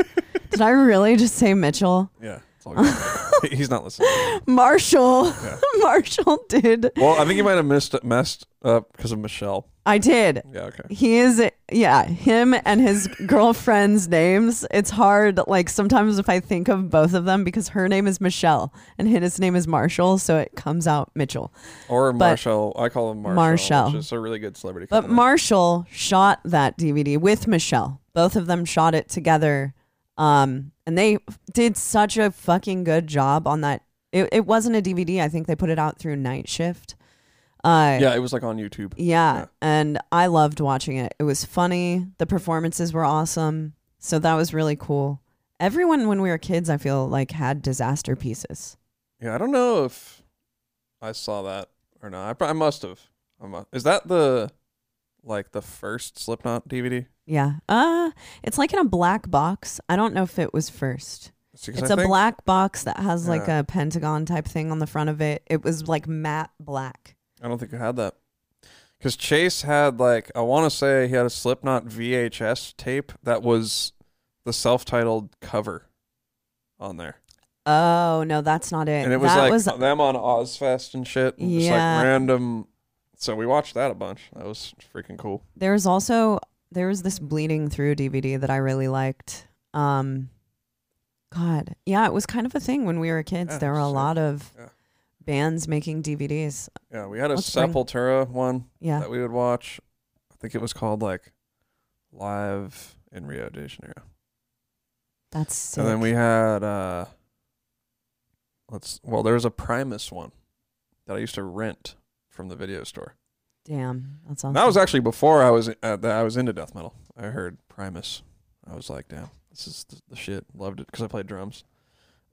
S2: did I really just say Mitchell?
S1: yeah, it's all
S2: <laughs>
S1: good. <laughs> He- he's not listening.
S2: Marshall. <laughs>
S1: Yeah.
S2: Marshall did.
S1: Well, I think you might have missed messed up because of Michelle.
S2: I did.
S1: Yeah, okay.
S2: he is yeah him and his girlfriend's names it's hard like sometimes if i think of both of them because her name is michelle and his name is marshall so it comes out mitchell
S1: Or Marshall. I call him Marshall.
S2: Marshall.
S1: which is a really good celebrity.
S2: but
S1: company.
S2: marshall shot that dvd with michelle both of them shot it together um and they did such a fucking good job on that it, it wasn't a dvd i think they put it out through night shift uh
S1: yeah, it was like on YouTube.
S2: Yeah,
S1: Yeah.
S2: and I loved watching it. It was funny. The performances were awesome. So that was really cool. Everyone when we were kids, I feel like had disaster pieces.
S1: Yeah, I don't know if I saw that or not. I, prob- I must have. I mu- is that the like the first Slipknot DVD?
S2: Yeah. Uh it's like in a black box. I don't know if it was first.
S1: See, 'cause
S2: It's
S1: I
S2: a
S1: think-
S2: black box that has like
S1: Yeah.
S2: a pentagon type thing on the front of it. It was like matte black.
S1: I don't think I had that. Because Chase had like I want to say he had a Slipknot VHS tape that was the self-titled cover on there,
S2: Oh, no, that's not it.
S1: and it was
S2: that
S1: like
S2: was
S1: them on Ozfest and shit, and just
S2: Yeah.
S1: like random. So we watched that a bunch. That was freaking cool.
S2: There was also there was this bleeding through DVD that I really liked. Um, God, yeah, it was kind of a thing when we were kids.
S1: Yeah,
S2: there were a
S1: sick.
S2: lot of
S1: Yeah.
S2: bands making DVDs.
S1: Yeah, we had a
S2: Let's bring-
S1: Sepultura one
S2: Yeah,
S1: that we would watch. I think it was called like Live in Rio de Janeiro.
S2: that's sick.
S1: And then we had uh let's well there was a Primus one that I used to rent from the video store.
S2: damn, that's awesome.
S1: And that was actually before I was uh, that I was into death metal. I heard Primus. I was like, damn, this is th- the shit. Loved it because I played drums.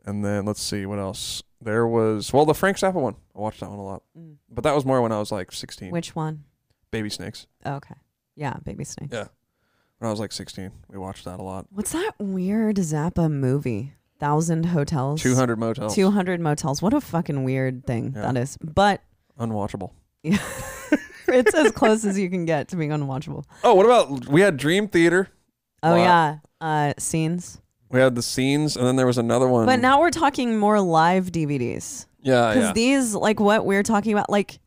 S1: And then let's see what else. There was well the Frank Zappa one. I watched that one a lot,
S2: Mm.
S1: but that was more when I was like 16.
S2: Which one?
S1: Baby Snakes.
S2: Okay, yeah, Baby Snake.
S1: Yeah. When I was like 16, we watched that a lot.
S2: What's that weird Zappa movie? Thousand Hotels.
S1: 200 Motels.
S2: 200 motels. What a fucking weird thing
S1: Yeah.
S2: that is. But
S1: Unwatchable.
S2: it's as close as you can get to being
S1: <laughs>
S2: unwatchable.
S1: Oh, what about we had Dream Theater.
S2: Oh
S1: Wow.
S2: yeah, uh, scenes.
S1: We had the scenes, and then there was another one.
S2: But now we're talking more live DVDs.
S1: yeah,
S2: Because
S1: Um, Oh, yeah.
S2: these, like what we're talking about, like,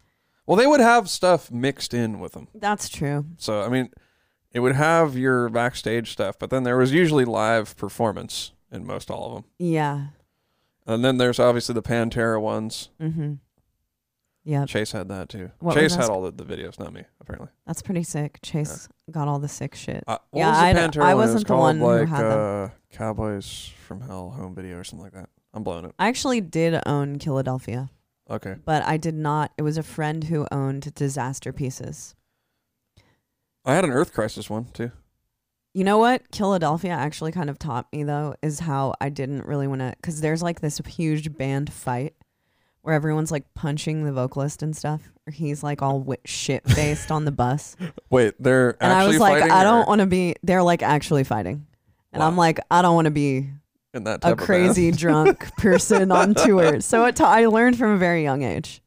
S1: well, they would have stuff mixed in with them.
S2: that's true.
S1: So I mean, it would have your backstage stuff, but then there was usually live performance in most all of them.
S2: Yeah.
S1: And then there's obviously the Pantera ones.
S2: Mm-hmm. Yep.
S1: Chase had that too.
S2: What
S1: Chase
S2: was
S1: had
S2: that?
S1: all the, the videos, not me, apparently.
S2: That's pretty sick. Chase got all the sick shit.
S1: Uh, what
S2: Yeah,
S1: was
S2: I
S1: the
S2: d-
S1: Pantera
S2: I
S1: one? It was
S2: wasn't the
S1: called,
S2: one who
S1: like,
S2: had them.
S1: uh, Cowboys from Hell home video or something like that. I'm blowing it.
S2: I actually did own Philadelphia,
S1: Okay.
S2: but I did not. It was a friend who owned Disaster Pieces.
S1: I had an Earth Crisis one too.
S2: You know what? Philadelphia actually kind of taught me though is how I didn't really want to because there's like this huge band fight where everyone's like punching the vocalist and stuff. Or he's like all w- shit faced on the bus,
S1: Wait, they're
S2: and I
S1: actually
S2: was like,
S1: fighting
S2: I
S1: or-
S2: don't want to be. They're like actually fighting, and I'm
S1: Wow.
S2: like, I don't want to be
S1: in that type
S2: a
S1: of band. <laughs>
S2: crazy drunk person on tour. So it ta- I learned from a very young age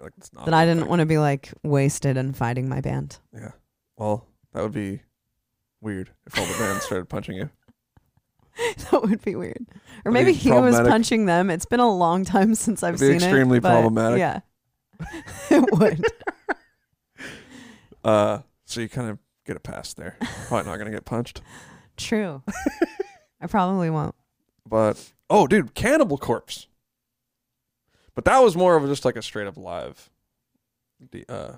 S1: Like, it's not
S2: that I
S1: my
S2: didn't
S1: thing.
S2: want to be like wasted and fighting my band. <laughs>
S1: Yeah. Well, that would be weird if all the bands started punching you.
S2: that would be weird. Or
S1: That'd
S2: maybe
S1: be
S2: he was
S1: problematic.
S2: punching them. It's been a long time <laughs> since I've
S1: It'd be
S2: seen
S1: extremely
S2: it. but
S1: problematic. <laughs>
S2: Yeah. it would.
S1: Uh, so you kind of get a pass there. Probably not gonna get punched.
S2: <laughs> True. I probably won't.
S1: But oh, dude, Cannibal Corpse. But that was more of just like a straight up live. The, uh,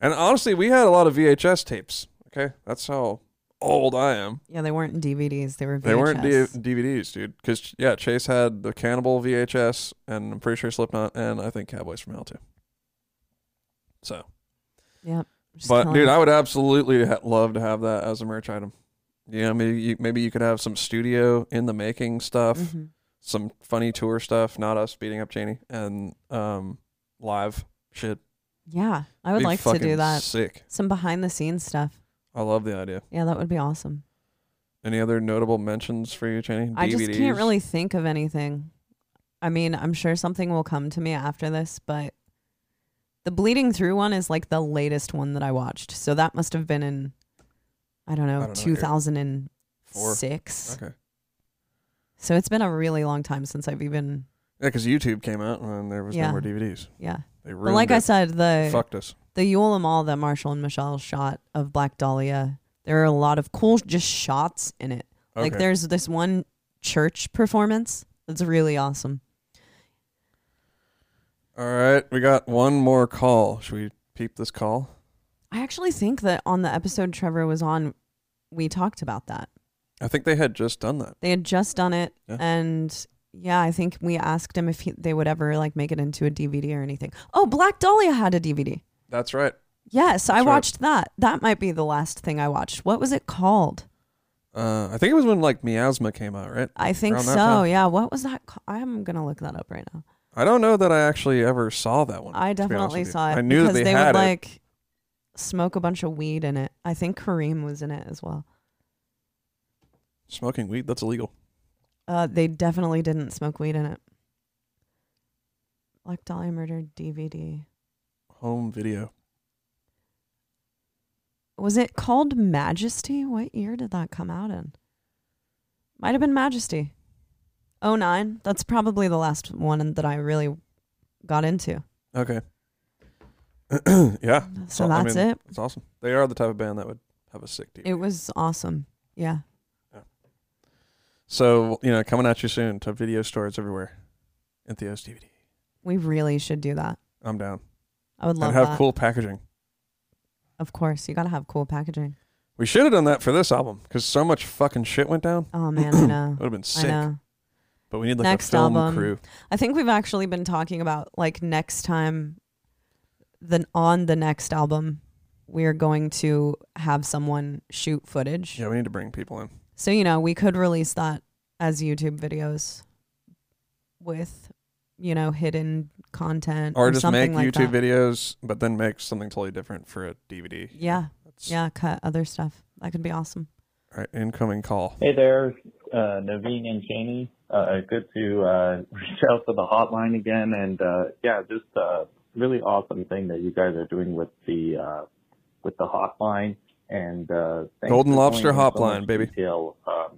S1: and honestly, we had a lot of VHS tapes. Okay, that's how old I am.
S2: Yeah, they weren't DVDs. They were VHS.
S1: They weren't D- DVDs, dude. Because yeah, Chase had the Cannibal VHS, and I'm pretty sure Slipknot, and I think Cowboys from Hell too. So,
S2: Yep. Just
S1: but
S2: telling
S1: dude,
S2: you.
S1: I would absolutely ha- love to have that as a merch item. Yeah, maybe you, maybe you could have some studio in the making stuff,
S2: Mhm.
S1: some funny tour stuff, not us beating up Janie, and um, live shit.
S2: Yeah, I would
S1: Be
S2: like to do
S1: fucking
S2: that.
S1: Sick.
S2: Some behind the scenes stuff.
S1: I love the idea.
S2: Yeah, that would be awesome.
S1: Any other notable mentions for you, Janie?
S2: I just
S1: DVDs?
S2: can't really think of anything. I mean, I'm sure something will come to me after this, but the bleeding through one is like the latest one that I watched. So that must have been in I don't know,
S1: I don't know, dude.
S2: 2006.
S1: Okay.
S2: So it's been a really long time since I've even
S1: Yeah, because YouTube came out and there was
S2: Yeah.
S1: no more DVDs.
S2: yeah.
S1: They
S2: But
S1: ruined
S2: like
S1: it.
S2: I said, the
S1: fucked us.
S2: the Yule Mall that Marshall and Michelle shot of Black Dahlia, there are a lot of cool just shots in it.
S1: Okay.
S2: Like there's this one church performance that's really awesome.
S1: All right, we got one more call. Should we peep this call?
S2: I actually think that on the episode Trevor was on, we talked about that.
S1: I think they had just done that.
S2: They had just done it,
S1: Yeah.
S2: and yeah, I think we asked him if he, they would ever like make it into a DVD or anything. Oh, Black Dahlia had a DVD.
S1: That's right.
S2: Yes, I
S1: That's right.
S2: watched that. That might be the last thing I watched. What was it called?
S1: Uh, I think it was when like Miasma came out, right?
S2: I think
S1: Around
S2: so.
S1: that time.
S2: Yeah. What was that? Ca- I'm gonna look that up right now.
S1: I don't know that I actually ever saw that one.
S2: I
S1: to be honest
S2: definitely
S1: with you.
S2: saw it
S1: I knew that
S2: because
S1: they,
S2: they,
S1: had
S2: would
S1: it.
S2: like smoke a bunch of weed in it. I think Kareem was in it as well.
S1: smoking weed. That's illegal.
S2: Uh, they definitely didn't smoke weed in it. Black Dahlia Murder DVD.
S1: Home video.
S2: Was it called Majesty? What year did that come out in? Might have been Majesty. Oh nine. That's probably the last one that I really got into.
S1: Okay. <clears throat> yeah.
S2: So
S1: I
S2: that's
S1: mean,
S2: it.
S1: It's awesome. They are the type of band that would have a sick DVD.
S2: It was awesome. Yeah.
S1: so you know, coming at you soon to video stores everywhere. And Theo's DVD.
S2: We really should do that.
S1: I'm down.
S2: I would love
S1: and have
S2: that.
S1: cool packaging.
S2: Of course, you gotta have cool packaging.
S1: We should have done that for this album because so much fucking shit went down. <clears throat>
S2: Oh man, I know.
S1: It would have been
S2: I
S1: sick.
S2: know.
S1: But we need like
S2: Next
S1: a film
S2: album.
S1: crew.
S2: I think we've actually been talking about like next time then on the next album we're going to have someone shoot footage.
S1: Yeah, we need to bring people in.
S2: So you know, we could release that as YouTube videos with you know, hidden content
S1: Or just make
S2: something like
S1: YouTube
S2: that.
S1: videos, but then make something totally different for a DVD.
S2: Yeah.
S1: That's,
S2: Yeah, cut other stuff. That could be awesome.
S1: All right, incoming call.
S6: Hey there, uh, Naveen and Janie. Uh, good to uh, <laughs> reach out to the hotline again. And uh, yeah, just uh, really awesome thing that you guys are doing with the uh, with the hotline. And uh, thanks
S1: Golden
S6: for
S1: Lobster
S6: going into so
S1: Hotline,
S6: much
S1: baby.
S6: Detail um,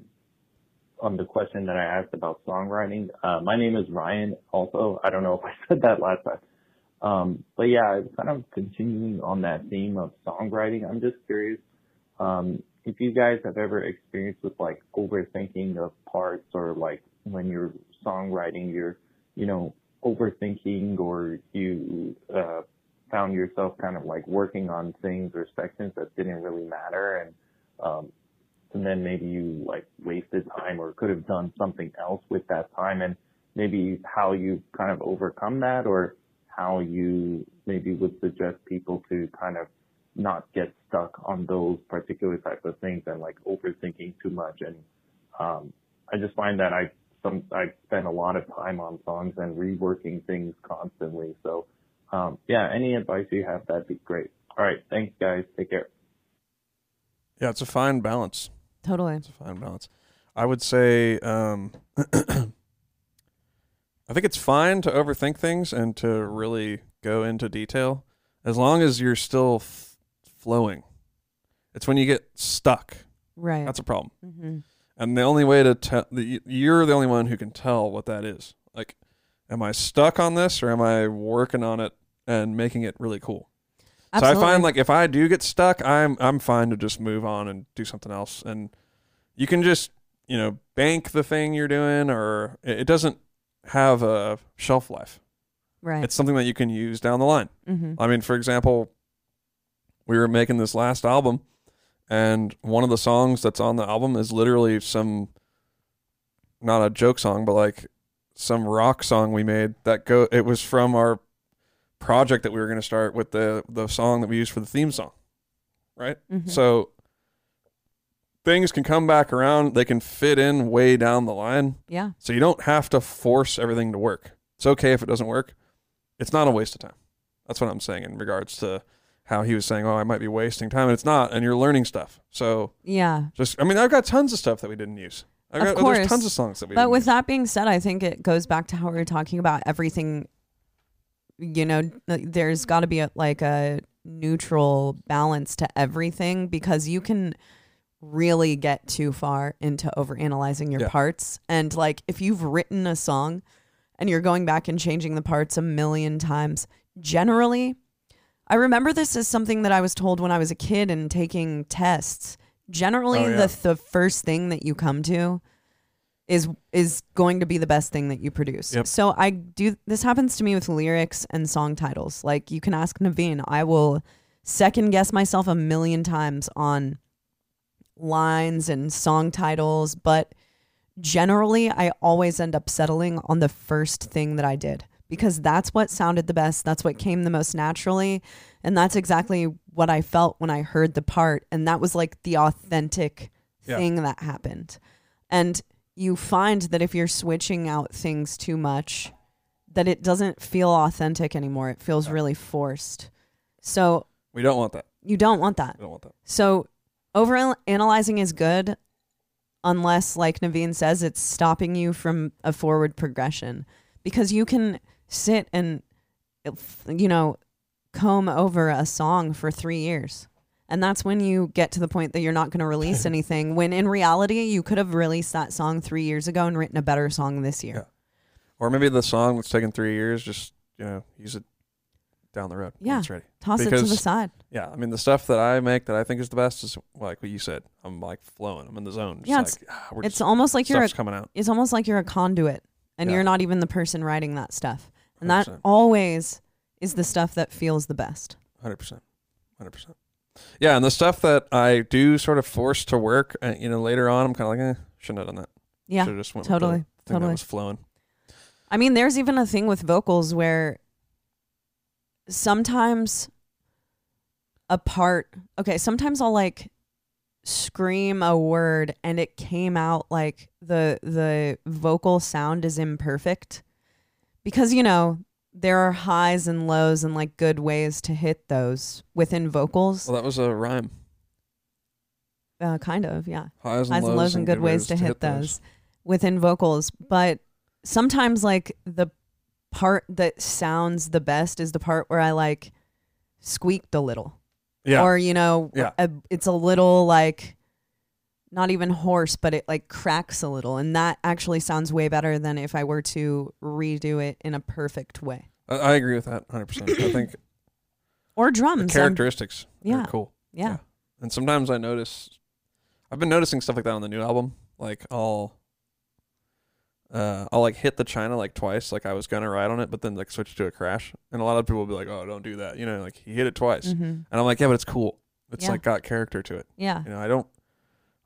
S6: on the question that I asked about songwriting. Uh, my name is Ryan. Also, I don't know if I <laughs> said that last time. Um, but yeah, it's kind of continuing on that theme of songwriting. I'm just curious um, if you guys have ever experienced with like overthinking of parts or like when you're songwriting, you're, you know, overthinking or you, uh, found yourself kind of like working on things or sections that didn't really matter and, um, and then maybe you like wasted time or could have done something else with that time and maybe how you kind of overcome that or how you maybe would suggest people to kind of not get stuck on those particular type of things and like overthinking too much. And um, I just find that I some I spend a lot of time on songs and reworking things constantly. So um, yeah, any advice you have, that'd be great. All right, thanks guys. Take care.
S1: Yeah, it's a fine balance.
S2: Totally.
S1: It's a fine balance. I would say um, <clears throat> I think it's fine to overthink things and to really go into detail as long as you're still f- flowing. It's when you get stuck.
S2: Right.
S1: That's a problem.
S2: mm-hmm.
S1: And the only way to tell, the, you're the only one who can tell what that is. Like, am I stuck on this or am I working on it and making it really cool? So I find like if I do get stuck, I'm I'm fine to just move on and do something else. And you can just you know bank the thing you're doing, or it, it doesn't have a shelf life.
S2: Right.
S1: It's something that you can use down the line.
S2: mm-hmm.
S1: I mean, for example, we were making this last album, and one of the songs that's on the album is literally some, not a joke song, but like some rock song we made that go. It was from our project that we were going to start with the the song that we used for the theme song, right?
S2: Mm-hmm.
S1: So things can come back around. They can fit in way down the line.
S2: yeah.
S1: So you don't have to force everything to work. It's okay if it doesn't work. It's not a waste of time. That's what I'm saying in regards to how he was saying, "Oh, I might be wasting time," and it's not. And you're learning stuff. So
S2: Yeah.
S1: just, I mean, I've got tons of stuff that we didn't use. I've
S2: Of
S1: got,
S2: course.
S1: there's tons of songs that we.
S2: But
S1: didn't
S2: with
S1: use.
S2: that being said, I think it goes back to how we were talking about everything. You know, like, there's got to be a, like a neutral balance to everything because you can really get too far into overanalyzing your
S1: Yeah.
S2: parts. And like, if you've written a song and you're going back and changing the parts a million times, generally, I remember this as something that I was told when I was a kid and taking tests. Generally,
S1: Oh, yeah.
S2: the the first thing that you come to is is going to be the best thing that you produce.
S1: Yep.
S2: So I do this happens to me with lyrics and song titles. Like you can ask Naveen, I will second guess myself a million times on lines and song titles, but generally I always end up settling on the first thing that I did because that's what sounded the best, that's what came the most naturally, and that's exactly what I felt when I heard the part and that was like the authentic
S1: Yeah.
S2: thing that happened. And you find that if you're switching out things too much, that it doesn't feel authentic anymore. It feels really forced. So
S1: we don't want that.
S2: you don't want that.
S1: We don't want that.
S2: So over analyzing is good unless like Naveen says it's stopping you from a forward progression because you can sit and you know comb over a song for 3 years and that's when you get to the point that you're not going
S1: <laughs>
S2: to release anything when in reality you could have released that song 3 years ago and written a better song this year.
S1: Or maybe the song that's taken three years, just you know, use it down the road. when
S2: Yeah.
S1: it's ready.
S2: Toss it to the
S1: Because-
S2: side.
S1: Yeah, I mean, the stuff that I make that I think is the best is like what you said. I'm like flowing. I'm in the zone. Just
S2: Yeah,
S1: like,
S2: it's-
S1: ah, we're
S2: It's
S1: just,
S2: almost like you're a
S1: stuff's coming out.
S2: it's almost like you're a conduit and
S1: Yeah.
S2: you're not even the person writing that stuff. And that
S1: 100%.
S2: always is the stuff that feels the best.
S1: Hundred percent, hundred percent. Yeah, and the stuff that I do sort of force to work, uh, you know, later on, I'm kind of like, eh, shouldn't have done that.
S2: Yeah.
S1: Should have just went
S2: totally,
S1: With the thing
S2: totally.
S1: That was flowing.
S2: I mean, there's even a thing with vocals where sometimes a part, okay, sometimes I'll like scream a word and it came out like the the vocal sound is imperfect because you know there are highs and lows and like good ways to hit those within vocals
S1: Well, that was a rhyme.
S2: uh, kind of yeah
S1: Highs and
S2: highs
S1: lows,
S2: and lows and good ways to hit, those, within vocals. But sometimes, like the part that sounds the best is the part where I like squeaked a little,
S1: Yeah,
S2: or you know,
S1: Yeah.
S2: a, it's a little like not even hoarse, but it like cracks a little, and that actually sounds way better than if I were to redo it in a perfect way.
S1: I, I agree with that. Hundred percent. I think
S2: Or <coughs>
S1: the
S2: drums, um,
S1: characteristics
S2: yeah.
S1: are cool.
S2: yeah,
S1: And sometimes I notice, I've been noticing stuff like that on the new album. Like I'll, uh, I'll like hit the China like twice. Like I was gonna ride on it, but then like switch to a crash. And a lot of people will be like, "Oh, don't do that." You know, like he hit it twice.
S2: Mhm.
S1: And I'm like, yeah, but it's cool. It's
S2: Yeah.
S1: like got character to it.
S2: yeah,
S1: You know, I don't.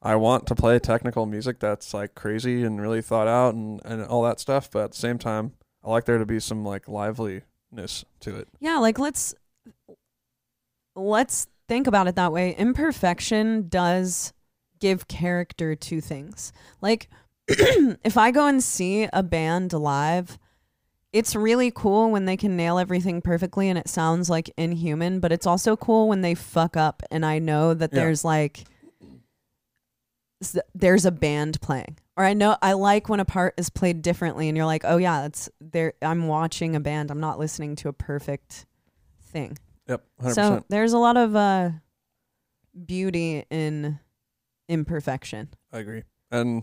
S1: I want to play technical music that's like crazy and really thought out and and all that stuff. But at the same time, I like there to be some like liveliness to it.
S2: Yeah, like let's let's think about it that way. Imperfection does give character to things. Like <clears throat> if I go and see a band live, it's really cool when they can nail everything perfectly and it sounds like inhuman, but it's also cool when they fuck up and I know that
S1: Yeah.
S2: there's like s- there's a band playing. Or I know I like when a part is played differently and you're like, "Oh yeah, it's there I'm watching a band. I'm not listening to a perfect thing."
S1: Yep, hundred
S2: So
S1: percent.
S2: there's a lot of uh beauty in imperfection.
S1: I agree. And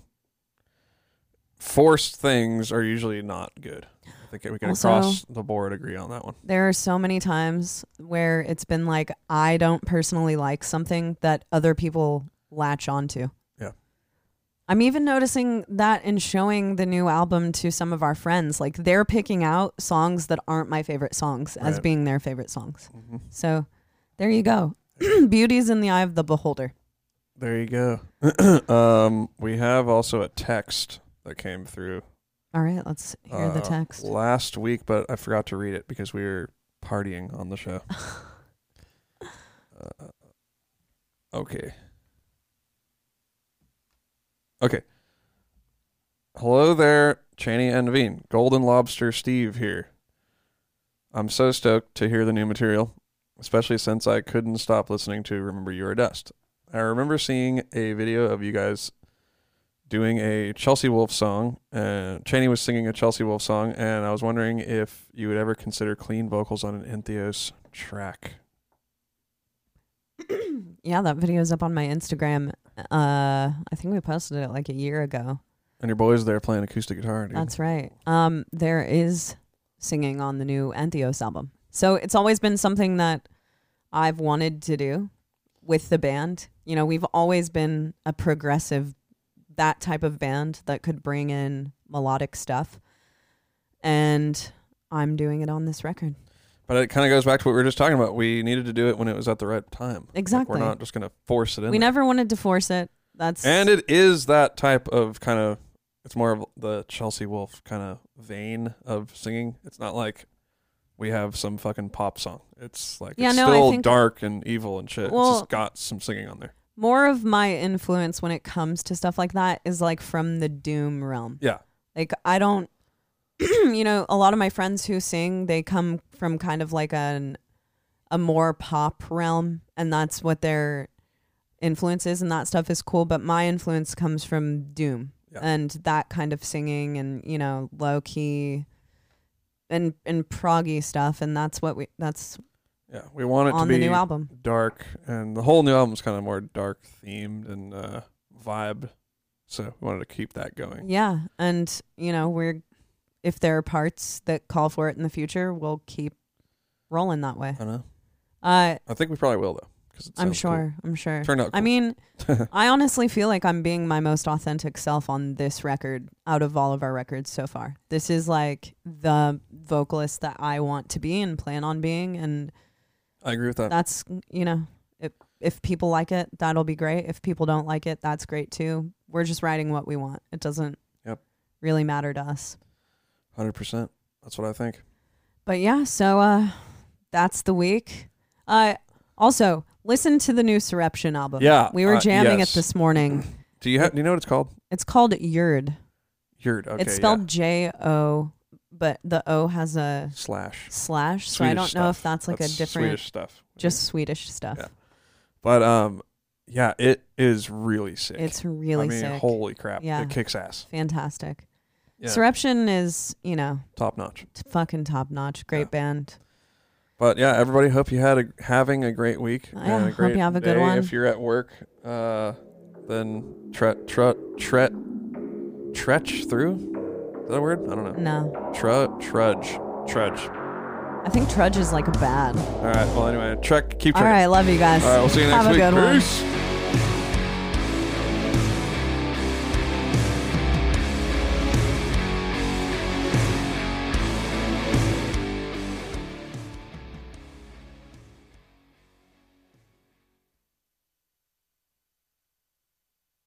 S1: forced things are usually not good. I think we can
S2: Also-
S1: across the board agree on that one.
S2: There are so many times where it's been like I don't personally like something that other people latch onto.
S1: Yeah.
S2: I'm even noticing that in showing the new album to some of our friends. Like they're picking out songs that aren't my favorite songs as
S1: Right.
S2: being their favorite songs.
S1: Mhm.
S2: So there you go. <clears throat> Beauty's in the eye of the beholder.
S1: There you go. <clears throat> um, we have also a text that came through
S2: All right, let's hear the
S1: uh,
S2: text.
S1: last week, but I forgot to read it because we were partying on the
S2: <laughs>
S1: show. uh, okay. Okay. Hello there, Cheney and Naveen. Golden Lobster Steve here. I'm so stoked to hear the new material, especially since I couldn't stop listening to Remember You Are Dust. I remember seeing a video of you guys doing a Chelsea Wolf song. Uh, Cheney was singing a Chelsea Wolf song, and I was wondering if you would ever consider clean vocals on an Entheos track.
S2: yeah, that video's up on my Instagram. Uh, I think we posted it like a year ago.
S1: And your boys there playing acoustic guitar. Dude.
S2: That's right. Um, there is singing on the new Antheos album. So it's always been something that I've wanted to do with the band. You know, we've always been a progressive, that type of band that could bring in melodic stuff. And I'm doing it on this record.
S1: but it kind of goes back to what we were just talking about. We needed to do it when it was at the right time. Like,
S2: Exactly.
S1: we're not just going to force it in.
S2: we
S1: there.
S2: never wanted to force it. That's
S1: And it is that type of kind of. It's more of the Chelsea Wolf kind of vein of singing. It's not like we have some fucking pop song. It's like
S2: Yeah,
S1: it's
S2: no, I
S1: still
S2: think-
S1: dark and evil and shit.
S2: Well-
S1: it's just got some singing on there.
S2: more of my influence when it comes to stuff like that is like from the doom realm.
S1: Yeah.
S2: Like I don't <clears throat> you know, a lot of my friends who sing, they come from kind of like an a more pop realm and that's what their influence is and that stuff is cool, but my influence comes from doom
S1: Yeah.
S2: and that kind of singing and, you know, low key and and proggy stuff and that's what we that's
S1: Yeah, we want it to
S2: on
S1: be
S2: the new album.
S1: dark, and the whole new album's kind of more dark themed and uh, vibe. So we wanted to keep that going.
S2: Yeah, and you know we're if there are parts that call for it in the future, we'll keep rolling that way.
S1: I know.
S2: Uh,
S1: I think we probably will though, because
S2: I'm sure. I'm sure.
S1: Turned out
S2: I
S1: cool.
S2: mean, I honestly feel like I'm being my most authentic self on this record out of all of our records so far. This is like the vocalist that I want to be and plan on being, and
S1: I agree with that.
S2: that's you know if if people like it, that'll be great. If people don't like it, that's great too. We're just writing what we want. It doesn't
S1: Yep.
S2: really matter to us.
S1: Hundred percent. That's what I think.
S2: But yeah, so uh that's the week. Uh also, listen to the new Surreption album.
S1: Yeah,
S2: We were
S1: uh,
S2: jamming
S1: yes.
S2: it this morning.
S1: Do you have? Do you know what it's called?
S2: It's called Yurd.
S1: Yurt. Okay.
S2: it's
S1: yeah.
S2: spelled J O, but the O has a
S1: slash.
S2: slash, so I
S1: Swedish
S2: don't know if
S1: stuff.
S2: that's like a different
S1: Swedish stuff.
S2: just Swedish stuff.
S1: Yeah. But um, yeah, it is really sick.
S2: It's really
S1: I mean,
S2: sick.
S1: holy crap!
S2: Yeah.
S1: It kicks ass.
S2: Fantastic.
S1: Yeah.
S2: Surreption is, you know,
S1: Top notch.
S2: t- fucking top notch. Great
S1: Yeah.
S2: band.
S1: But yeah, everybody, hope you had a, having a great week.
S2: Oh, Yeah,
S1: and a
S2: hope
S1: great
S2: you have a good
S1: day.
S2: one.
S1: If you're at work, uh, then tret tret tret tretch through. Is that a word? I don't know.
S2: No.
S1: Tru- trudge trudge.
S2: I think Trudge is like bad.
S1: All right. Well, anyway, trek. Keep
S2: All
S1: trekking.
S2: right, love you guys.
S1: All right. We'll see you next
S2: Have
S1: week.
S2: a good one.
S1: Peace.